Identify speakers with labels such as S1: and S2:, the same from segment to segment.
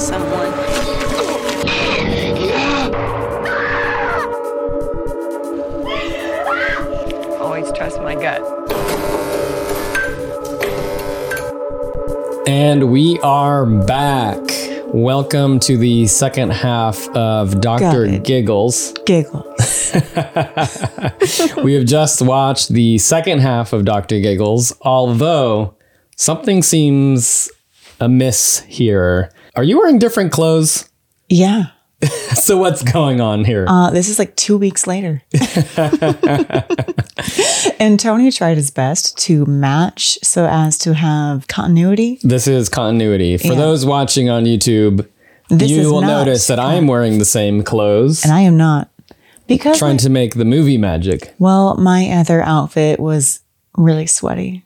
S1: someone.
S2: Always trust my gut.
S3: And we are back. Welcome to the second half of Dr.
S4: Got it.
S3: Giggles.
S4: Giggle.
S3: we have just watched the second half of Dr. Giggles, although something seems amiss here. Are you wearing different clothes?
S4: Yeah.
S3: So, what's going on here?
S4: Uh, this is like two weeks later. and Tony tried his best to match so as to have continuity.
S3: this is continuity. For
S4: yeah.
S3: those watching on YouTube,
S4: This
S3: you
S4: is
S3: will
S4: not
S3: notice that I am wearing the same clothes,
S4: And I am not. Because,
S3: trying to make the movie magic.
S4: well, my other outfit was really sweaty.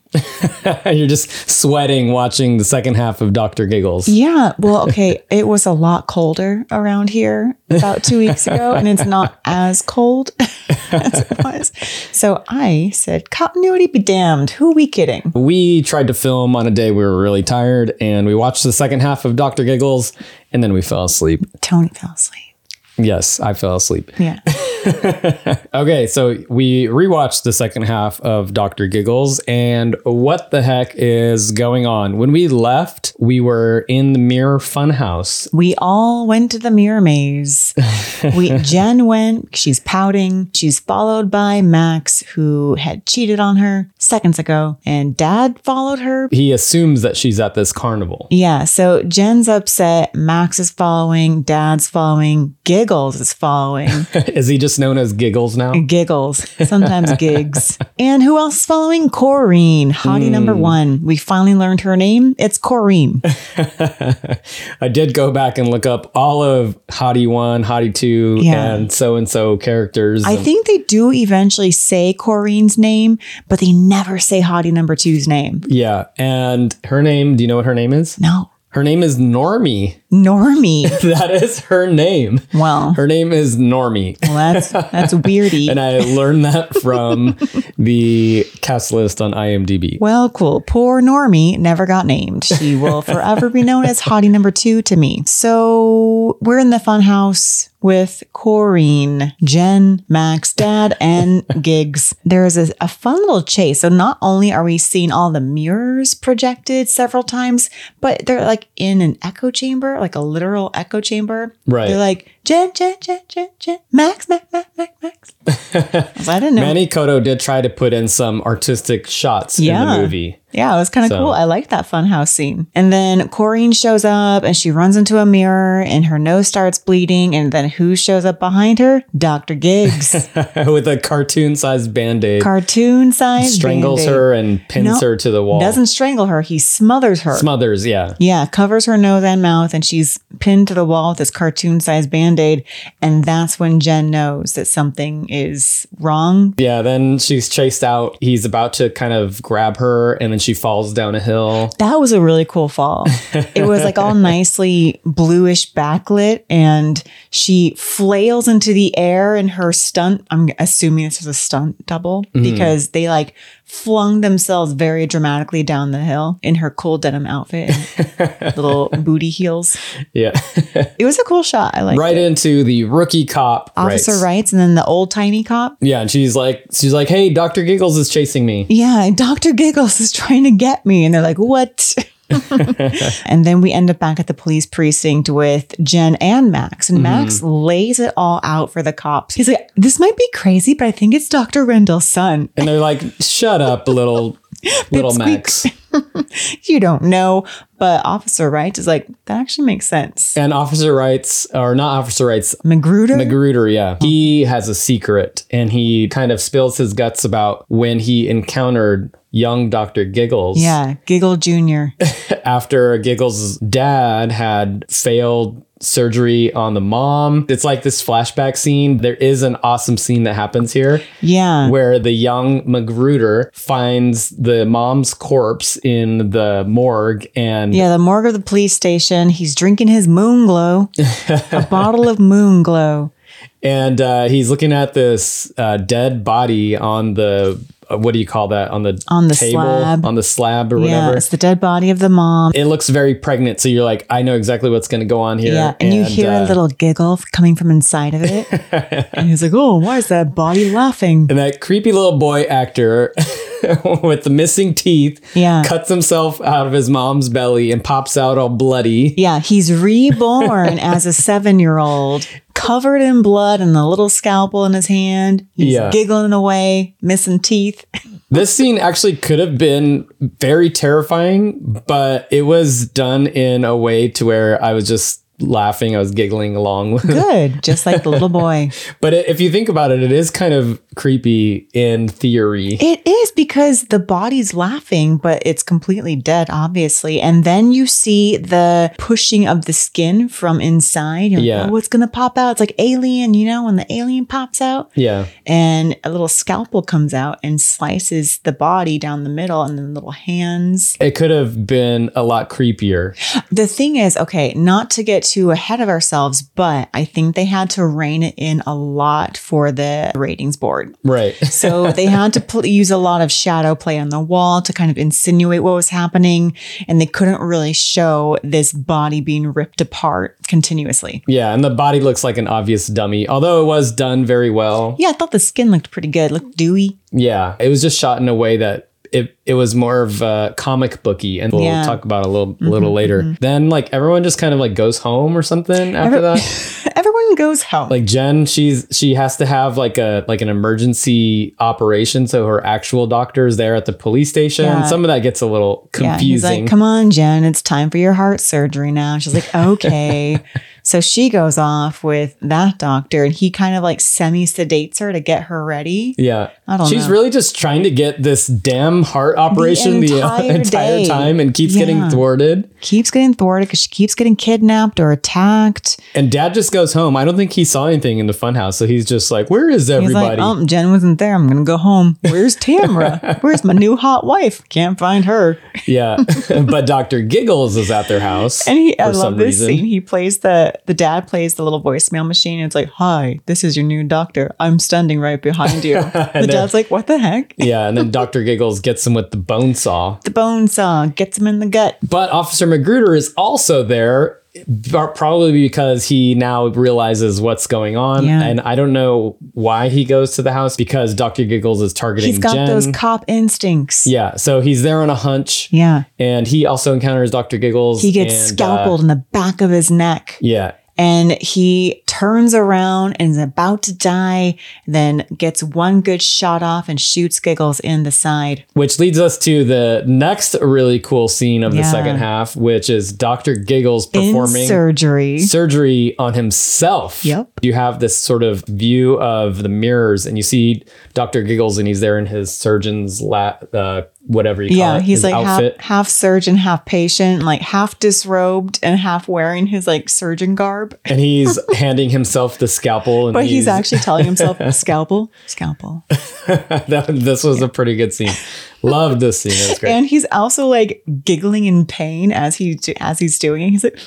S3: You're just sweating watching the second half of Dr. Giggles.
S4: Yeah. Well, okay. it was a lot colder around here about two weeks ago, and it's not as cold as it was. So I said, continuity be damned. Who we kidding?
S3: We tried to film on a day we were really tired and we watched the second half of Dr. Giggles and then we fell asleep.
S4: Tony fell asleep.
S3: Yes, I fell asleep.
S4: Yeah.
S3: Okay, so we rewatched the second half of Dr. Giggles and what the heck is going on? When we left, we were in the Mirror Funhouse.
S4: We all went to the mirror maze. We Jen went, she's pouting. She's followed by Max, who had cheated on her seconds ago, and dad followed her.
S3: He assumes that she's at this carnival.
S4: Yeah, so Jen's upset, Max is following, dad's following, Giggles is following.
S3: is he just known as Giggles now?
S4: Giggles, sometimes gigs. And who else is following? Corrine, hottie number one. We finally learned her name. It's Corrine.
S3: I did go back and look up all of Hottie 1, Hottie 2,
S4: Yeah.
S3: and so and so characters.
S4: I
S3: and-
S4: think they do eventually say Corrine's name, but they never say hottie number two's name.
S3: Yeah. And her name, do you know what her name is?
S4: No,
S3: Her name is Normie.
S4: Normie.
S3: That is her name.
S4: Well,
S3: Her name is Normie.
S4: well that's that's weirdy.
S3: And I learned that from the cast list on IMDb.
S4: well, cool. Poor Normie never got named. She will forever be known as hottie number two to me. So we're in the fun house with Corrine, Jen, Max, Dad, and Gigs. There is a, a fun little chase. So not only are we seeing all the mirrors projected several times, but they're like in an echo chamber, like a literal echo chamber.
S3: Right.
S4: They're like Jen, Jen, Jen, Jen, Jen, Max, Max, Max, Max, Max. I was like, I didn't know.
S3: Manny Koto did try to put in some artistic shots in
S4: Yeah.
S3: the movie.
S4: Yeah, it was kind of
S3: So-
S4: cool. I liked that funhouse scene. And then Corrine shows up and she runs into a mirror and her nose starts bleeding. And then who shows up behind her? Dr. Gigs,
S3: With a cartoon sized band aid,
S4: cartoon size.
S3: strangles
S4: Band-Aid.
S3: her and pins
S4: No,
S3: her to the wall.
S4: Doesn't strangle her, he smothers her.
S3: Smothers, yeah.
S4: yeah, covers her nose and mouth, and she's pinned to the wall with this cartoon sized band aid. And that's when Jen knows that something is wrong.
S3: Yeah, then she's chased out. He's about to kind of grab her, and then she falls down a hill.
S4: That was a really cool fall. It was like all nicely bluish backlit, and she flails into the air in her stunt. I'm assuming this is a stunt double because they like flung themselves very dramatically down the hill in her cool denim outfit, and little booty heels.
S3: Yeah.
S4: It was a cool shot. I like
S3: right into the rookie cop.
S4: Officer
S3: rights.
S4: Wrights, and then the old tiny cop.
S3: Yeah, and she's like, she's like, hey, Doctor Giggles is chasing me.
S4: yeah, Dr. Giggles is trying to get me. And they're like, what? and then we end up back at the police precinct with Jen and Max. And
S3: Mm-hmm.
S4: Max lays it all out for the cops. He's like, this might be crazy, but I think it's Dr. Rendell's son.
S3: And they're like, shut up, little little Max.
S4: You don't know. But Officer Wright is like, that actually makes sense.
S3: And Officer Wrights, or not Officer Wrights,
S4: Magruder?
S3: Magruder, yeah. He has a secret and he kind of spills his guts about when he encountered young Dr. Giggles
S4: yeah, Giggle Jr.
S3: after Giggles' dad had failed surgery on the mom. It's like this flashback scene. There is an awesome scene that happens here.
S4: Yeah.
S3: where the young Magruder finds the mom's corpse in the morgue and
S4: Yeah, the morgue of the police station. He's drinking his moon glow, a bottle of moon glow.
S3: and uh, he's looking at this uh, dead body on the uh, what do you call that on the
S4: On the slab.
S3: on the slab or
S4: Yeah,
S3: whatever.
S4: it's the dead body of the mom.
S3: It looks very pregnant, so you're like, I know exactly what's going to go on here.
S4: Yeah, and, you hear
S3: uh,
S4: a little giggle f- coming from inside of it. and he's like, "Oh, why is that body laughing?"
S3: And that creepy little boy actor with the missing teeth
S4: Yeah.
S3: cuts himself out of his mom's belly and pops out all bloody.
S4: Yeah, he's reborn as a seven-year-old, covered in blood and a little scalpel in his hand. He's
S3: Yeah.
S4: giggling away, missing teeth.
S3: This scene actually could have been very terrifying, but it was done in a way to where I was just laughing, I was giggling along with
S4: Good, just like the little boy.
S3: But if you think about it, it is kind of creepy in theory.
S4: It is because the body's laughing, but it's completely dead, obviously. And then you see the pushing of the skin from inside. You're
S3: Yeah.
S4: like, oh, it's going to pop out. It's like alien, you know, when the alien pops out
S3: yeah.
S4: and a little scalpel comes out and slices the body down the middle and then little hands.
S3: It could have been a lot creepier.
S4: The thing is, okay, not to get too ahead of ourselves, but I think they had to rein it in a lot for the ratings board.
S3: Right.
S4: So they had to pl- use a lot of shadow play on the wall to kind of insinuate what was happening. And they couldn't really show this body being ripped apart continuously.
S3: Yeah. And the body looks like an obvious dummy, although it was done very well.
S4: Yeah, I thought the skin looked pretty good, looked dewy.
S3: Yeah, it was just shot in a way that it it was more of uh, comic booky, and we'll
S4: Yeah. Mm-hmm,
S3: talk about it a little little later. Then like everyone just kind of like goes home or something after
S4: Every-
S3: that.
S4: Everyone goes home.
S3: Like Jen, she's she has to have like a like an emergency operation, so her actual doctor is there at the police station.
S4: Yeah.
S3: Some of that gets a little
S4: yeah, he's
S3: confusing.
S4: like, come on, Jen, it's time for your heart surgery now. She's like, okay. so she goes off with that doctor and he kind of like semi sedates her to get her ready.
S3: yeah,
S4: I don't
S3: she's
S4: know.
S3: really just trying to get this damn heart operation the uh,
S4: entire
S3: entire,
S4: day.
S3: time and keeps
S4: Yeah.
S3: getting thwarted.
S4: Keeps getting thwarted because she keeps getting kidnapped or attacked.
S3: And Dad just goes home. I don't think he saw anything in the funhouse, so he's just like, "Where is
S4: He's
S3: everybody?"
S4: like, um, Jen wasn't there. I'm gonna go home. Where's Tamara? Where's my new hot wife? Can't find her.
S3: Yeah, but Doctor Giggles is at their house,
S4: And he, I love this scene. He plays the the dad plays the little voicemail machine. And it's like, hi, this is your new doctor. I'm standing right behind you. The dad's like, what the heck?
S3: Yeah, and then Doctor Giggles gets him with the bone saw.
S4: The bone saw gets him in the gut.
S3: But Officer Magruder is also there, bar- probably because he now realizes what's going on.
S4: Yeah.
S3: And I don't know why he goes to the house because Doctor Giggles is targeting.
S4: He's got
S3: Jen.
S4: those cop instincts.
S3: yeah, so he's there on a hunch.
S4: Yeah.
S3: and he also encounters Doctor Giggles.
S4: He gets
S3: and, uh,
S4: scalpeled in the back of his neck.
S3: yeah,
S4: and he turns around and is about to die, then gets one good shot off and shoots Giggles in the side.
S3: Which leads us to the next really cool scene of the
S4: Yeah.
S3: second half, which is Dr. Giggles
S4: in
S3: performing
S4: surgery.
S3: surgery on himself.
S4: Yep.
S3: You have this sort of view of the mirrors, and you see Dr. Giggles, and he's there in his surgeon's la- uh, whatever you call
S4: yeah,
S3: it,
S4: he's
S3: his
S4: like half,
S3: outfit.
S4: half surgeon, half patient, like half disrobed and half wearing his like surgeon garb.
S3: and he's handing himself the scalpel. And
S4: But he's actually telling himself, scalpel, scalpel.
S3: that- this was a pretty good scene. Loved this scene. It was great.
S4: And he's also like giggling in pain as he as he's doing it. He's like,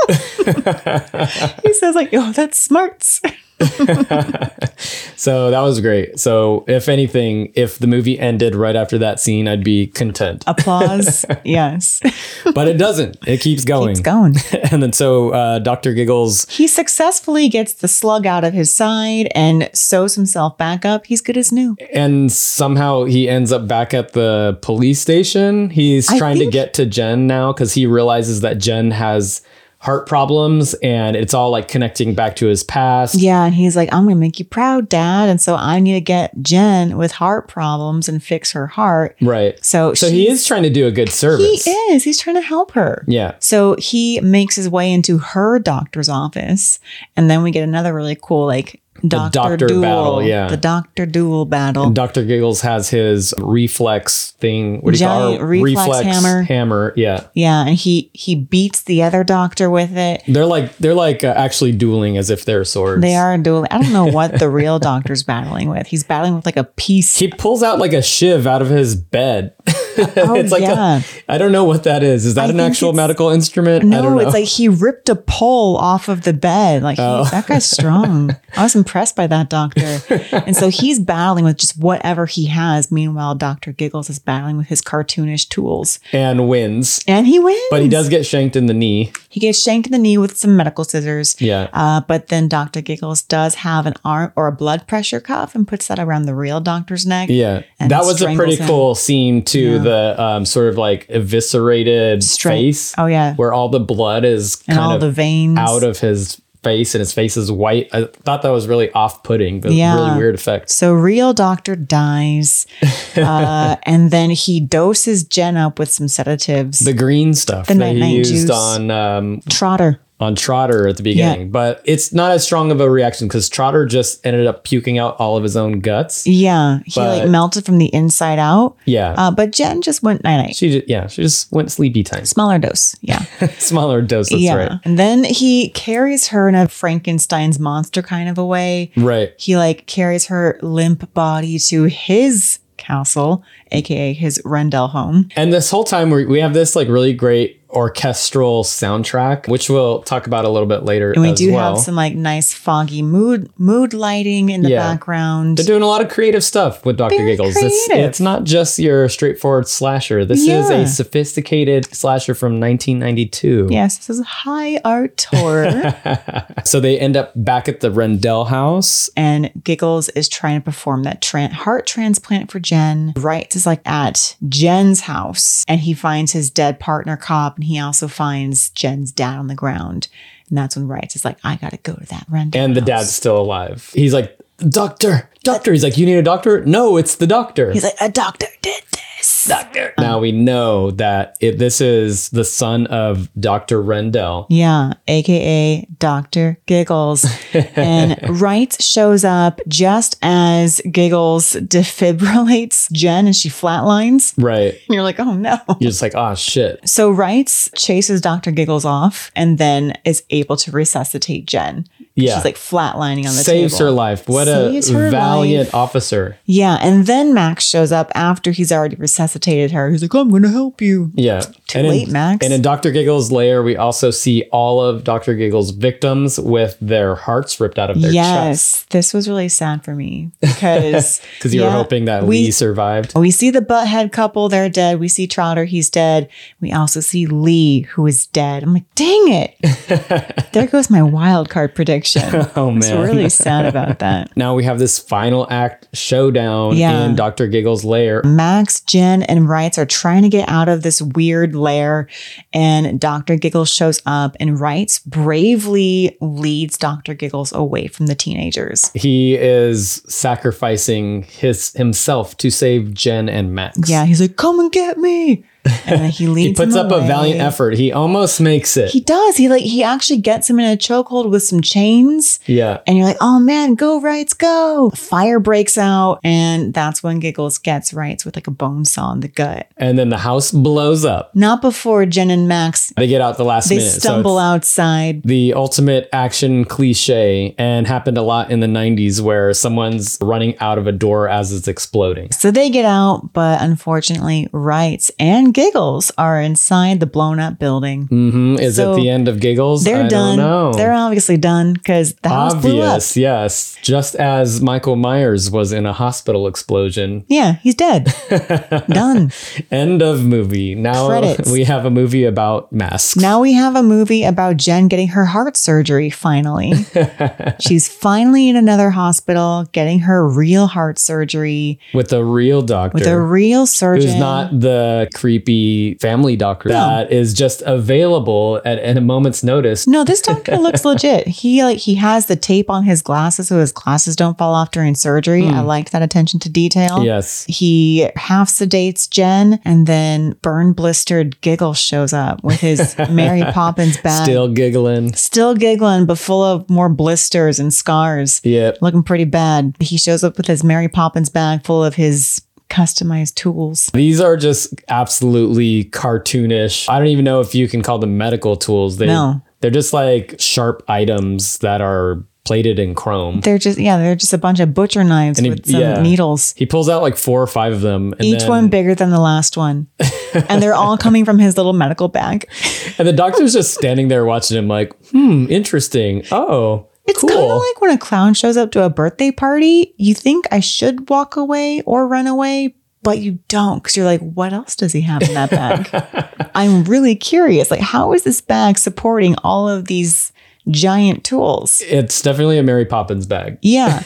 S4: he says like, oh, that's smarts.
S3: so that was great. So if anything, if the movie ended right after that scene, I'd be content.
S4: Applause. yes.
S3: But it doesn't. It keeps going.
S4: Keeps going.
S3: and then so uh, Dr. Giggles,
S4: He successfully gets the slug out of his side and sews himself back up. He's good as new.
S3: and somehow he ends up back at the police station. He's
S4: I
S3: trying
S4: think-
S3: to get to Jen now because he realizes that Jen has heart problems and it's all like connecting back to his past.
S4: Yeah, and he's like, I'm gonna make you proud, Dad. And so I need to get Jen with heart problems and fix her heart.
S3: Right.
S4: So,
S3: So he is trying to do a good
S4: he
S3: service.
S4: is. He's trying to help her.
S3: Yeah.
S4: So he makes his way into her doctor's office, and then we get another really cool like doctor,
S3: doctor
S4: duel,
S3: battle, yeah.
S4: the doctor duel battle.
S3: And Dr. Giggles has his reflex thing. What do you call it?
S4: Giant reflex hammer.
S3: Hammer. Yeah.
S4: yeah, and he he beats the other doctor with it.
S3: They're like they're like uh, actually dueling as if they're swords.
S4: They are dueling. I don't know what the real doctor's battling with. He's battling with like a piece.
S3: He pulls out like a shiv out of his bed.
S4: Oh,
S3: it's like
S4: yeah.
S3: a, I don't know what that is. Is that
S4: I
S3: an
S4: think
S3: actual
S4: it's-
S3: medical instrument? I don't
S4: No,
S3: know. Oh.
S4: it's like he ripped a pole off of the bed. Like, he- that guy's strong. I was impressed by that doctor. And so he's battling with just whatever he has. Meanwhile, Dr. Giggles is battling with his cartoonish tools.
S3: and wins.
S4: And he wins.
S3: But he does get shanked in the knee.
S4: He gets shanked in the knee with some medical scissors.
S3: Yeah.
S4: Uh, but then Dr. Giggles does have an arm or a blood pressure cuff and puts that around the real doctor's neck.
S3: Yeah.
S4: And
S3: that was a
S4: strangles
S3: pretty
S4: him.
S3: cool scene too. The um, sort of like eviscerated
S4: Straight-
S3: face.
S4: Oh, yeah.
S3: Where all the blood is
S4: And
S3: kind
S4: all
S3: of
S4: the veins.
S3: out of his face and his face is white. I thought that was really off putting, but
S4: Yeah.
S3: really weird effect.
S4: So real doctor dies, uh, and then he doses Jen up with some sedatives.
S3: The green stuff
S4: The
S3: that he
S4: night-night
S3: used
S4: juice.
S3: on um,
S4: Trotter.
S3: on Trotter at the beginning, but it's not as strong of a reaction because Trotter just ended up puking out all of his own guts.
S4: Yeah, he like
S3: But-
S4: melted from the inside out.
S3: Yeah,
S4: Uh, but Jen just went night night.
S3: she just, yeah she just went sleepy time,
S4: Smaller dose. Yeah.
S3: smaller dose. That's
S4: yeah.
S3: right,
S4: And then he carries her in a Frankenstein's monster kind of a way.
S3: right.
S4: He like carries her limp body to his castle, aka his Rendell home.
S3: And this whole time we we have this like really great orchestral soundtrack, which we'll talk about a little bit later.
S4: And we
S3: as
S4: do
S3: well.
S4: have some like nice foggy mood mood lighting in the
S3: Yeah.
S4: background.
S3: They're doing a lot of creative stuff with Dr.
S4: Very
S3: Giggles. It's,
S4: creative.
S3: it's not just your straightforward slasher. This is
S4: Yeah.
S3: a sophisticated slasher from 1992.
S4: Yes, this is high art horror.
S3: So they end up back at the Rendell house.
S4: and Giggles is trying to perform that tran- heart transplant for Jen. Wrights is like at Jen's house and he finds his dead partner cop and he also finds Jen's dad on the ground. And that's when Wrights is like, I gotta go to that rendezvous.
S3: And the
S4: house."
S3: dad's still alive. He's like, Doctor, doctor. He's like, You need a doctor? No, it's the doctor.
S4: He's like, a doctor did this.
S3: doctor. Now we know that it, this is the son of Dr. Rendell.
S4: Yeah, aka Dr. Giggles. and Wright shows up just as Giggles defibrillates Jen and she flatlines.
S3: Right.
S4: And you're like, oh no.
S3: You're just like, Oh, shit.
S4: So Wrights chases Dr. Giggles off and then is able to resuscitate Jen.
S3: Yeah.
S4: She's like flatlining on the table.
S3: Saves her life. What
S4: Saves
S3: a
S4: her
S3: valiant
S4: life.
S3: officer.
S4: Yeah. And then Max shows up after he's already resuscitated her. He's like, "Oh, I'm going to help you.
S3: Yeah.
S4: Too late,
S3: in,
S4: Max.
S3: And in Dr. Giggle's lair, we also see all of Dr. Giggle's victims with their hearts ripped out of their chests.
S4: yes. This was really sad for me because.
S3: Because you were
S4: yeah,
S3: hoping that
S4: we-
S3: Lee survived.
S4: We see the butthead couple, they're dead. We see Trotter, he's dead. We also see Lee, who is dead. I'm like, dang it. there goes my wild card prediction.
S3: Oh,
S4: I was
S3: man.
S4: really sad about that.
S3: Now we have this final act showdown
S4: Yeah. Mm.
S3: in Dr. Giggle's lair.
S4: Max, Jen, and Wrights are trying to get out of this weird lair, and Dr. Giggles shows up, and Wrights bravely leads Dr. Giggles away from the teenagers.
S3: He is sacrificing his himself to save Jen and Max.
S4: Yeah, he's like, come and get me. And then he leads
S3: He puts
S4: him
S3: up a valiant
S4: away.
S3: effort. He almost makes it.
S4: He does. He like he actually gets him in a chokehold with some chains.
S3: yeah.
S4: And you're like, oh man, go rights, go. Fire breaks out, and that's when Giggles gets rights with like a bone saw in the gut.
S3: And then the house blows up.
S4: Not before Jen and Max
S3: They get out the last
S4: they
S3: minute. so
S4: stumble
S3: it's-
S4: outside.
S3: the ultimate action cliche and happened a lot in the 90s where someone's running out of a door as it's exploding.
S4: So they get out, but unfortunately, Wrights and Giggles are inside the blown up building.
S3: hmm Is
S4: So
S3: it the end of giggles?
S4: They're
S3: I Don't
S4: done.
S3: know.
S4: They're obviously done because the house blew up.
S3: Obvious, yes. Just as Michael Myers was in a hospital explosion.
S4: Yeah, he's dead. done.
S3: End of movie. Now
S4: Credits.
S3: we have a movie about masks.
S4: Now we have a movie about Jen getting her heart surgery finally. She's finally in another hospital getting her real heart surgery
S3: with a real doctor.
S4: with a real surgeon.
S3: Who's not the creepy family doctor that is just available at, at a moment's notice.
S4: No, this doctor looks legit. He like he has the tape on his glasses so his glasses don't fall off during surgery. I liked that attention to detail.
S3: Hmm. Yes.
S4: He half sedates Jen and then burn blistered Giggle shows up with his Mary Poppins bag.
S3: Still giggling.
S4: Still giggling, but full of more blisters and scars.
S3: Yep.
S4: Looking pretty bad. He shows up with his Mary Poppins bag full of his customized tools.
S3: These are just absolutely cartoonish. I don't even know if you can call them medical tools. They
S4: No.
S3: they're just like sharp items that are plated in chrome.
S4: They're just yeah, they're just a bunch of butcher knives
S3: he-
S4: with some
S3: yeah.
S4: needles.
S3: He pulls out like four or five of them. And
S4: Each
S3: then,
S4: one bigger than the last one. and they're all coming from his little medical bag.
S3: And the doctor's just standing there watching him, like, hmm, interesting. Oh,
S4: It's
S3: cool.
S4: kind of like when a clown shows up to a birthday party. You think I should walk away or run away, but you don't because you're like, what else does he have in that bag? I'm really curious. Like, how is this bag supporting all of these giant tools?
S3: it's definitely a Mary Poppins bag.
S4: Yeah.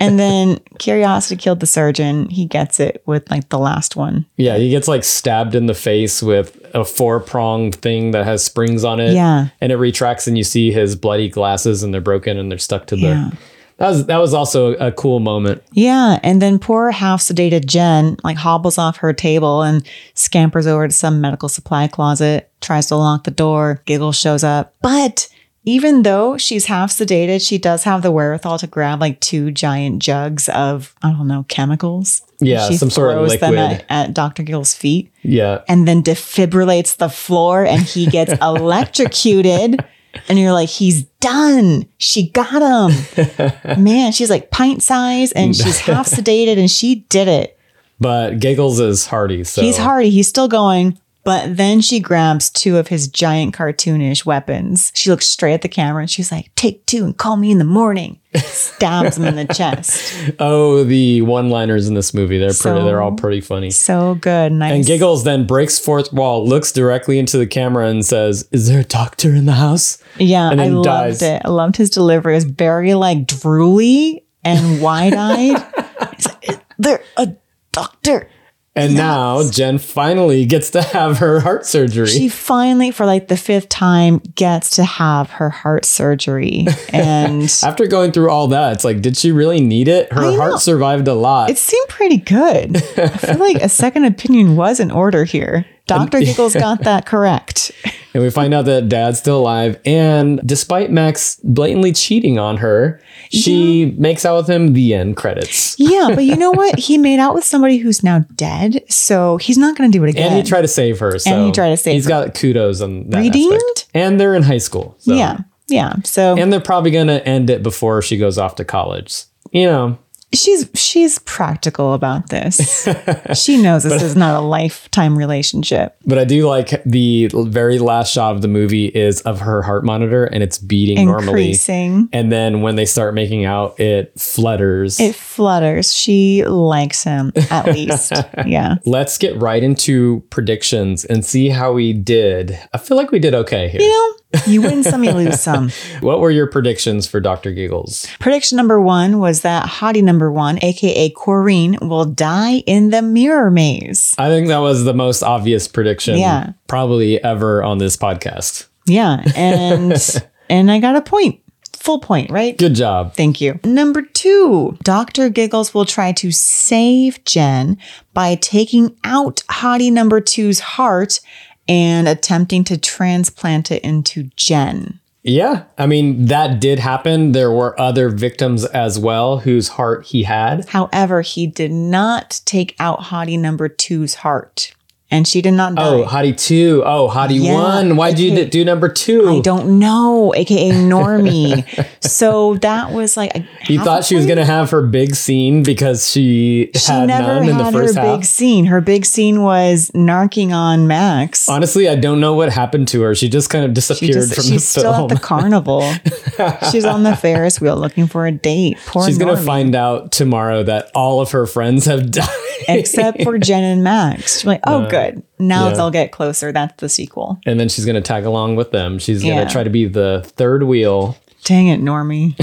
S4: and then Curiosity killed the surgeon. He gets it with like the last one.
S3: Yeah, he gets like stabbed in the face with a four pronged thing that has springs on it.
S4: Yeah.
S3: And it retracts, and you see his bloody glasses, and they're broken and they're stuck to the.
S4: Yeah.
S3: That was, that was also a cool moment.
S4: Yeah. And then poor half sedated Jen like hobbles off her table and scampers over to some medical supply closet, tries to lock the door. Giggle shows up. But even though she's half sedated, she does have the wherewithal to grab like two giant jugs of, I don't know, chemicals.
S3: Yeah,
S4: She
S3: some sort of
S4: throws them
S3: liquid.
S4: at, at Dr. Giggle's feet
S3: Yeah.
S4: and then defibrillates the floor and he gets electrocuted. And you're like, he's done. She got him. Man, she's like pint size and she's half sedated and she did it.
S3: But Giggles is hardy. So
S4: He's hardy. He's still going. But then she grabs two of his giant cartoonish weapons. She looks straight at the camera and she's like, take two and call me in the morning. Stabs him in the chest.
S3: Oh, the one liners in this movie. They're pretty,
S4: So-
S3: they're all pretty funny.
S4: So good. Nice.
S3: And Giggles then breaks fourth wall, looks directly into the camera, and says, "Is there a doctor in the house?"
S4: Yeah,
S3: and
S4: I
S3: then
S4: loved
S3: dies.
S4: it. I loved his delivery. It was very like drooly and wide eyed. He's like, "Is there a doctor.
S3: And now Jen finally gets to have her heart surgery.
S4: She finally, for like the fifth time, gets to have her heart surgery. And
S3: After going through all that, it's like, did she really need it? Her
S4: I know.
S3: heart survived a lot.
S4: it seemed pretty good. I feel like a second opinion was in order here. Dr. Giggles got that correct.
S3: and we find out that dad's still alive. And despite Max blatantly cheating on her, she makes out with him the end credits.
S4: Yeah, but you know what? He made out with somebody who's now dead. So he's not going to do it again.
S3: And he tried to save her. So
S4: he tried to save
S3: He's
S4: her.
S3: got kudos on that.
S4: Redeemed?
S3: aspect. And they're in high school. So.
S4: Yeah. Yeah. So
S3: And they're probably going to end it before she goes off to college. You know,
S4: she's she's practical about this. she knows this is not a lifetime relationship.
S3: but I do like the very last shot of the movie is of her heart monitor and it's beating normally.
S4: Increasing.
S3: And then when they start making out, it flutters.
S4: It flutters. She likes him at least. yeah.
S3: Let's get right into predictions and see how we did. I feel like we did okay here.
S4: You know, you win some, you lose some.
S3: What were your predictions for Dr. Giggles?
S4: Prediction number one was that hottie number one, aka Corrine, will die in the mirror maze.
S3: I think that was the most obvious prediction
S4: Yeah.
S3: probably ever on this podcast.
S4: Yeah. And and I got a point. Full point, right?
S3: Good job.
S4: Thank you. Number two, Dr. Giggles will try to save Jen by taking out hottie number two's heart and attempting to transplant it into Jen.
S3: Yeah. I mean, that did happen. There were other victims as well whose heart he had.
S4: However, he did not take out hottie number two's heart and she did not die.
S3: Oh, Hottie 2. Oh, Hottie
S4: Yeah.
S3: 1. Why'd you d- do number 2?
S4: I don't know, aka Normie. so that was like a
S3: You
S4: half
S3: thought
S4: a
S3: she was
S4: point?
S3: going to have her big scene because she,
S4: She
S3: had
S4: never
S3: none
S4: had
S3: in the first
S4: her
S3: half.
S4: big scene. Her big scene was narking on Max.
S3: Honestly, I don't know what happened to her. She just kind of
S4: She
S3: disappeared
S4: just-
S3: from the
S4: she's still
S3: film.
S4: at the carnival. she's on the Ferris wheel looking for a date. Poor
S3: she's going to
S4: Normie.
S3: find out tomorrow that all of her friends have died.
S4: Except for Jen and Max. She's like, oh, good. Now
S3: yeah.
S4: they'll get closer. That's the sequel.
S3: and then she's going to tag along with them. She's going to
S4: Yeah.
S3: try to be the third wheel.
S4: Dang it, Normie.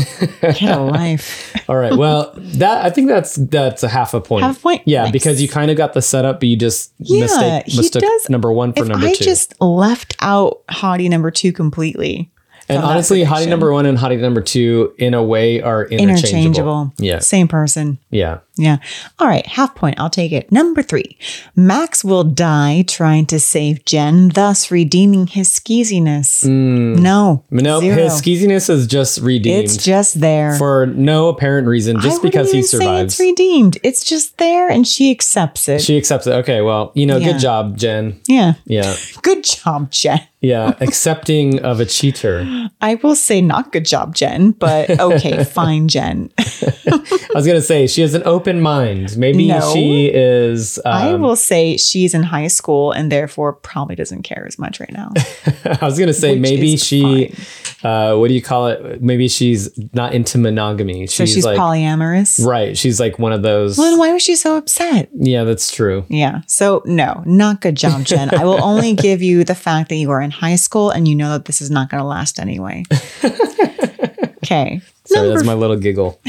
S4: Get a life.
S3: All right. Well, that I think that's that's a half a point.
S4: Half point?
S3: Yeah,
S4: Nice.
S3: because you kind of got the setup, but you just
S4: Yeah,
S3: mistake,
S4: he
S3: mistook
S4: does-
S3: number one for
S4: if
S3: number
S4: I
S3: two.
S4: just left out Hottie number two completely.
S3: and
S4: that
S3: honestly, hottie
S4: prediction.
S3: number one and hottie number two, in a way, are interchangeable.
S4: Interchangeable.
S3: Yeah.
S4: Same person.
S3: Yeah.
S4: Yeah. All right. Half point. I'll take it. Number three. Max will die trying to save Jen, thus redeeming his skeeziness. No.
S3: No,
S4: Zero.
S3: Hmm. his skeeziness is just redeemed
S4: It's just there.
S3: for no apparent reason,
S4: I
S3: just
S4: wouldn't
S3: because he
S4: even say
S3: survives.
S4: it's redeemed. It's just there and she accepts it.
S3: she accepts it. Okay, well, you know,
S4: Yeah.
S3: good job, Jen.
S4: yeah.
S3: Yeah,
S4: Good job, Jen.
S3: yeah. Accepting of a cheater. I
S4: I will say not good job, Jen, but okay, fine, Jen.
S3: was gonna say she has an open mind. Maybe
S4: No.
S3: she is. Um,
S4: I will say she's in high school and therefore probably doesn't care as much right now.
S3: I was gonna say
S4: Which
S3: maybe
S4: is
S3: she, uh, what do you call it? Maybe she's not into monogamy. She's,
S4: So she's,
S3: like
S4: polyamorous.
S3: right. She's like one of those.
S4: Well, then why was she so upset?
S3: yeah, that's true.
S4: Yeah. So, no, not good job, Jen. I will only give you the fact that you are in high school and you know that this is not going to last anyway. Okay.
S3: Sorry, that's my little giggle.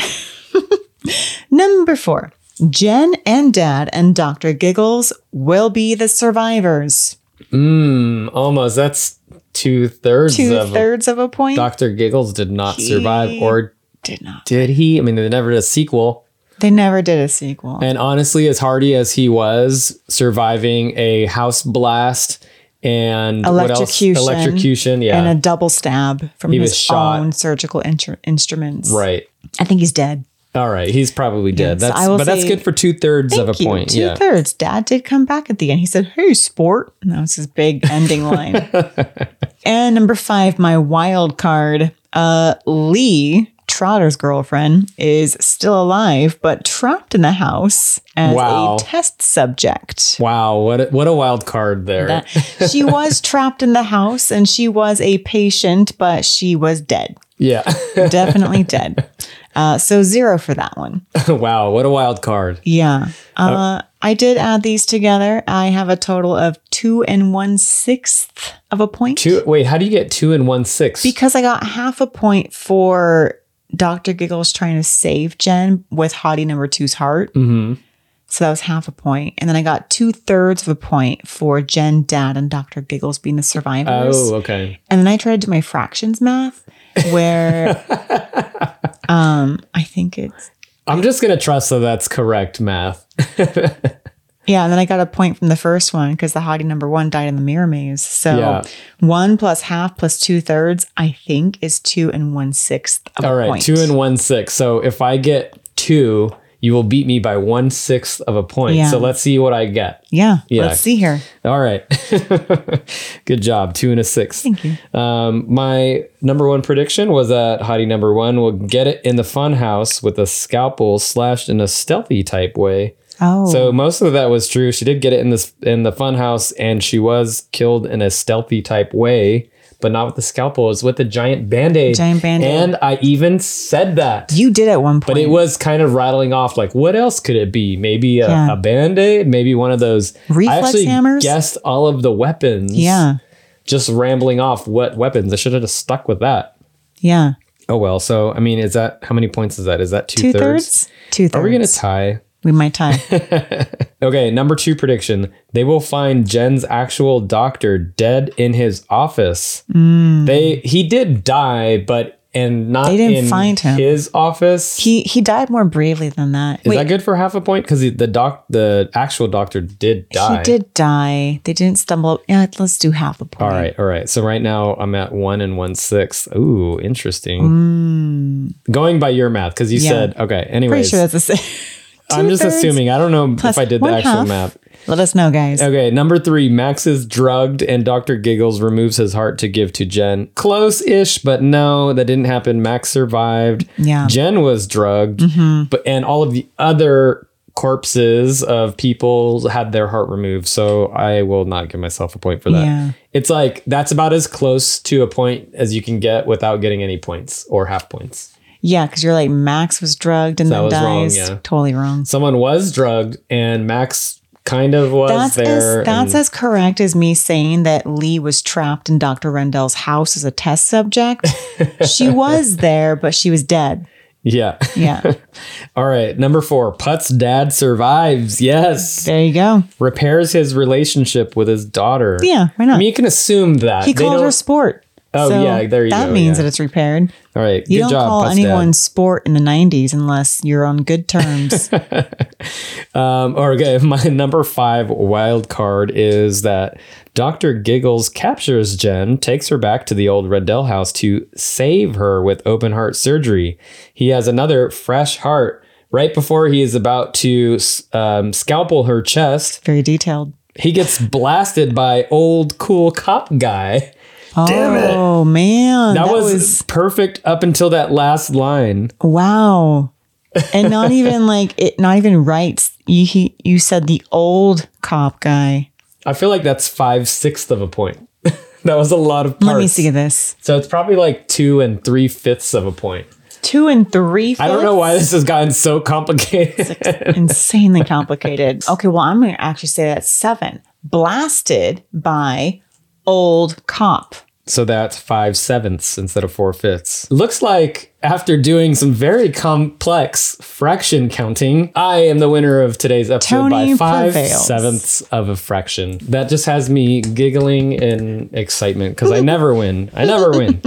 S4: Number four Jen and Dad and Dr. Giggles will be the survivors.
S3: Mm, almost. That's two thirds
S4: Two
S3: of
S4: thirds of a point.
S3: Doctor Giggles did not survive,
S4: He-
S3: or
S4: did not.
S3: did he? I mean, they never did a sequel.
S4: They never did a sequel.
S3: And honestly, as hardy as he was, surviving a house blast and
S4: Electrocution.
S3: what else? electrocution, yeah,
S4: And a double stab from
S3: He
S4: his
S3: was shot.
S4: own surgical intr- instruments.
S3: right.
S4: I think he's dead.
S3: All right, he's probably dead.
S4: so
S3: that's
S4: I will
S3: but that's
S4: say-
S3: good for two thirds of a
S4: Thank you.
S3: point.
S4: Two
S3: yeah,
S4: thirds. Dad did come back at the end. He said, Hey, sport. And that was his big ending line. and number five, my wild card. Uh, Lee, Trotter's girlfriend, is still alive, but trapped in the house as
S3: Wow.
S4: a test subject.
S3: wow, what a, what a wild card there.
S4: That- she was trapped in the house and she was a patient, but she was dead.
S3: yeah,
S4: Definitely dead. Uh, so zero for that one.
S3: wow, what a wild card.
S4: Yeah. Uh, I did add these together. I have a total of two and one sixth of a point.
S3: Two. Wait, how do you get two and one six?
S4: Because I got half a point for Dr. Giggles trying to save Jen with Hottie number two's heart.
S3: Mhm.
S4: So that was half a point. And then I got two thirds of a point for Jen, Dad, and Dr. Giggles being the survivors.
S3: Oh, okay.
S4: And then I tried to do my fractions math where um, I think it's.
S3: I'm just gonna trust that that's correct math.
S4: Yeah, and then I got a point from the first one because the hottie number one died in the mirror maze. So
S3: Yeah.
S4: one plus half plus two thirds, I think, is two and one sixth of
S3: All
S4: a
S3: right,
S4: point.
S3: two and one six. So if I get two, you will beat me by one sixth of a point.
S4: Yeah.
S3: So let's see what I get.
S4: Yeah,
S3: Yeah.
S4: Let's see here.
S3: All right, good job. Two and a six.
S4: Thank you.
S3: Um, my number one prediction was that Hottie number one will get it in the fun house with a scalpel slashed in a stealthy type way.
S4: Oh,
S3: So most of that was true. She did get it in this in the fun house, and she was killed in a stealthy type way, but not with the scalpel. It was with a giant band aid.
S4: Giant Band-Aid.
S3: And I even said that.
S4: you did at one point.
S3: But it was kind of rattling off like what else could it be? Maybe a,
S4: Yeah.
S3: a band-aid, maybe one of those
S4: Reflex
S3: I actually
S4: hammers?
S3: guessed all of the weapons.
S4: Yeah,
S3: Just rambling off what weapons. I should have just stuck with that.
S4: yeah.
S3: Oh well. So I mean, is that how many points is that? Is that
S4: Two
S3: two thirds?
S4: thirds. Two thirds.
S3: Are we gonna tie?
S4: we might tie.
S3: Okay, number two prediction. They will find Jen's actual doctor dead in his office. They he did die, but and not
S4: Mm. They didn't
S3: in
S4: find him.
S3: his office.
S4: he he died more bravely than that.
S3: Is that good for half a point? Because the doc, the actual doctor did die.
S4: he did die. They didn't stumble. up- Yeah, let's do half a point.
S3: All right, all right. So right now I'm at one and one sixth. Ooh, interesting. Going by your math, because you
S4: Mm. Yeah.
S3: said okay.
S4: Pretty
S3: Anyways,
S4: sure that's the same.
S3: I'm just
S4: two-thirds
S3: assuming. I don't know if I did the
S4: one
S3: actual
S4: half.
S3: math.
S4: Let us know, guys.
S3: Okay, number three, Max is drugged and Dr. Giggles removes his heart to give to Jen. Close ish, but no, that didn't happen. Max survived.
S4: Yeah. Mm-hmm.
S3: Jen was drugged, but and all of the other corpses of people had their heart removed. So I will not give myself a point for that.
S4: Yeah.
S3: It's like that's about as close to a point as you can get without getting any points or half points.
S4: Yeah, because you're like Max was drugged and
S3: That
S4: then
S3: was wrong,
S4: dies.
S3: yeah.
S4: Totally wrong.
S3: Someone was drugged and Max kind of was
S4: That's
S3: there.
S4: as that's
S3: and-
S4: as correct as me saying that Lee was trapped in Dr. Rendell's house as a test subject. she was there, but she was dead.
S3: yeah.
S4: Yeah.
S3: All right, number four. Putt's dad survives. Yes,
S4: There you go.
S3: repairs his relationship with his daughter.
S4: Yeah, why not?
S3: I mean, you can assume that
S4: He
S3: They
S4: called
S3: don't-
S4: her sport.
S3: Oh,
S4: So
S3: yeah, there you
S4: that
S3: go,
S4: means
S3: yeah.
S4: that it's repaired.
S3: All right.
S4: You
S3: good
S4: don't
S3: job,
S4: call
S3: Puff Dad.
S4: anyone sport in the 90s unless you're on good terms.
S3: Um, or okay, my number five wild card is that Dr. Giggles captures Jen, takes her back to the old Rendell house to save her with open heart surgery. He has another fresh heart right before he is about to um, scalpel her chest.
S4: Very detailed.
S3: He gets blasted by old cool cop guy. Damn it.
S4: Oh, man.
S3: That, was,
S4: was
S3: perfect up until that last line.
S4: wow. And not even like it, not even rights. You, he, you said the old cop guy.
S3: I feel like that's five sixths of a point. that was a lot of parts.
S4: Let me see this.
S3: So it's probably like two and three fifths of a point.
S4: Two and three.
S3: I don't know why this has gotten so complicated.
S4: insanely complicated. Okay, well, I'm going to actually say that's seven. Blasted by old cop.
S3: so that's five sevenths instead of four fifths. Looks like after doing some very complex fraction counting, I am the winner of today's episode
S4: Tony
S3: by five
S4: prevails.
S3: sevenths of a fraction. That just has me giggling in excitement because I never win. I never win.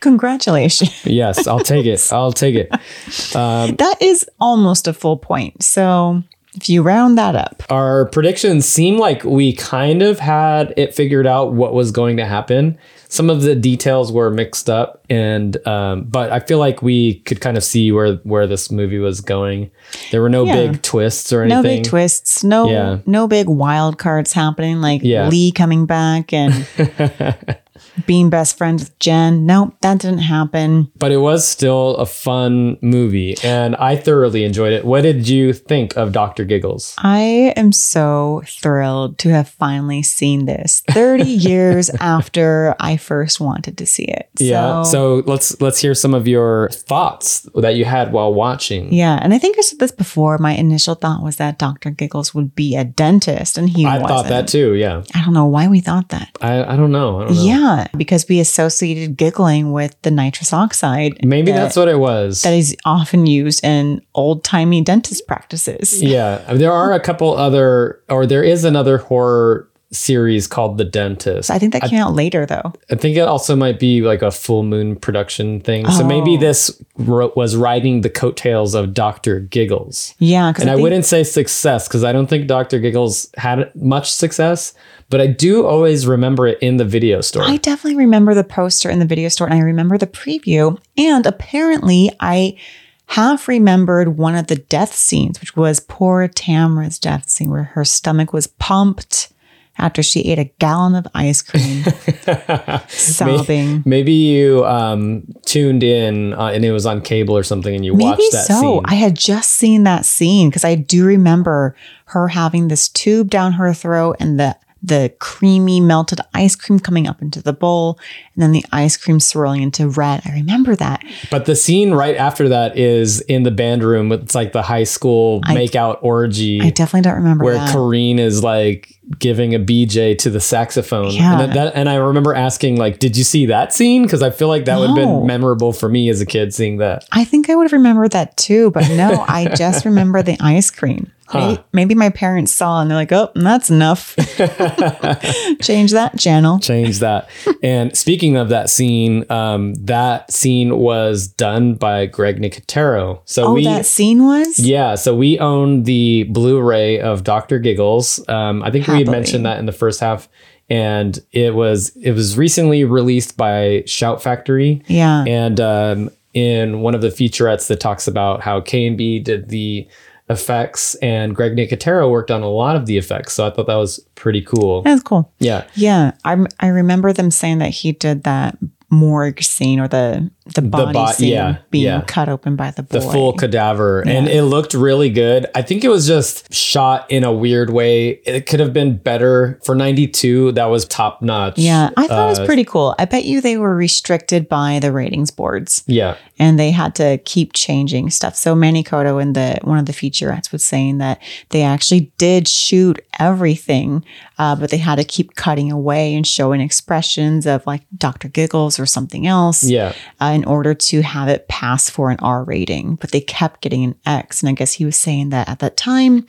S4: Congratulations.
S3: Yes, I'll take it. I'll take it.
S4: that is almost a full point. So if you round that up,
S3: our predictions seem like we kind of had it figured out what was going to happen. Some of the details were mixed up, and um, but I feel like we could kind of see where where this movie was going. There were no
S4: Yeah.
S3: big twists or
S4: no
S3: anything.
S4: big twists, no
S3: Yeah.
S4: no big wild cards happening like
S3: Yeah.
S4: Lee coming back and being best friends with Jen. Nope, that didn't happen.
S3: But it was still a fun movie, and I thoroughly enjoyed it. What did you think of Doctor Giggles?
S4: I am so thrilled to have finally seen this 30 years after I first wanted to see it.
S3: yeah. So let's let's hear some of your thoughts that you had while watching.
S4: yeah, and I think I said this before. My initial thought was that Dr. Giggles would be a dentist, and he
S3: I
S4: wasn't.
S3: thought that too. Yeah.
S4: I don't know why we thought that.
S3: I, I don't know. I don't know.
S4: Yeah, because we associated giggling with the nitrous oxide.
S3: Maybe
S4: that-
S3: that's what it was.
S4: that is often used in old timey dentist practices.
S3: yeah I mean, there are a couple other or there is another horror series called the dentist
S4: I think that came out later, though.
S3: i think it also might be like a full moon production thing so maybe
S4: Oh.
S3: this ro- was riding the coattails of dr giggles
S4: Yeah, because
S3: and
S4: I,
S3: I,
S4: think-
S3: wouldn't say success because I don't think Dr. Giggles had much success, but I do always remember it in the video store.
S4: I definitely remember the poster in the video store, and I remember the preview. And apparently, I half remembered one of the death scenes, which was poor Tamra's death scene, where her stomach was pumped after she ate a gallon of ice cream, sobbing.
S3: Maybe you um, tuned in uh, and it was on cable or something and you watched that scene.
S4: I had just seen that scene because I do remember her having this tube down her throat and the the creamy melted ice cream coming up into the bowl and then the ice cream swirling into red. I remember that.
S3: But the scene right after that is in the band room. It's like the high school makeout orgy
S4: I definitely don't remember
S3: where
S4: that.
S3: Corrine is like giving a BJ to the saxophone.
S4: Yeah.
S3: And, that, and I remember asking, like, did you see that scene? Because I feel like that would have
S4: No.
S3: been memorable for me as a kid seeing that.
S4: I think I would have remembered that too, but no, I just remember the ice cream. May- Maybe my parents saw and they're like, oh, that's enough. Change that channel.
S3: Change that. and speaking of that scene, um, that scene was done by Greg Nicotero. So
S4: Oh,
S3: we
S4: that scene was?
S3: Yeah, so we own the Blu-ray of Doctor Giggles. Um, I think we
S4: Happily.
S3: had mentioned that in the first half, and it was it was recently released by Shout Factory.
S4: Yeah.
S3: and um, in one of the featurettes that talks about how K and B did the effects, and Greg Nicotero worked on a lot of the effects. So I thought that was pretty cool.
S4: That's cool.
S3: Yeah,
S4: Yeah, I I remember them saying that he did that morgue scene or the the body
S3: bo-
S4: scene
S3: yeah,
S4: being
S3: yeah.
S4: cut open by the
S3: the
S4: boy.
S3: full cadaver and it looked really good i think it was just shot in a weird way it could have been better for 92 that was top notch Uh,
S4: yeah, I thought it was pretty cool. I bet you they were restricted by the ratings boards
S3: yeah
S4: and they had to keep changing stuff. So Manny Cotto in the one of the featurettes was saying that they actually did shoot everything, uh, but they had to keep cutting away and showing expressions of like Dr. Giggles or something else.
S3: yeah
S4: uh, in order to have it pass for an R rating, but they kept getting an X. And I guess he was saying that at that time,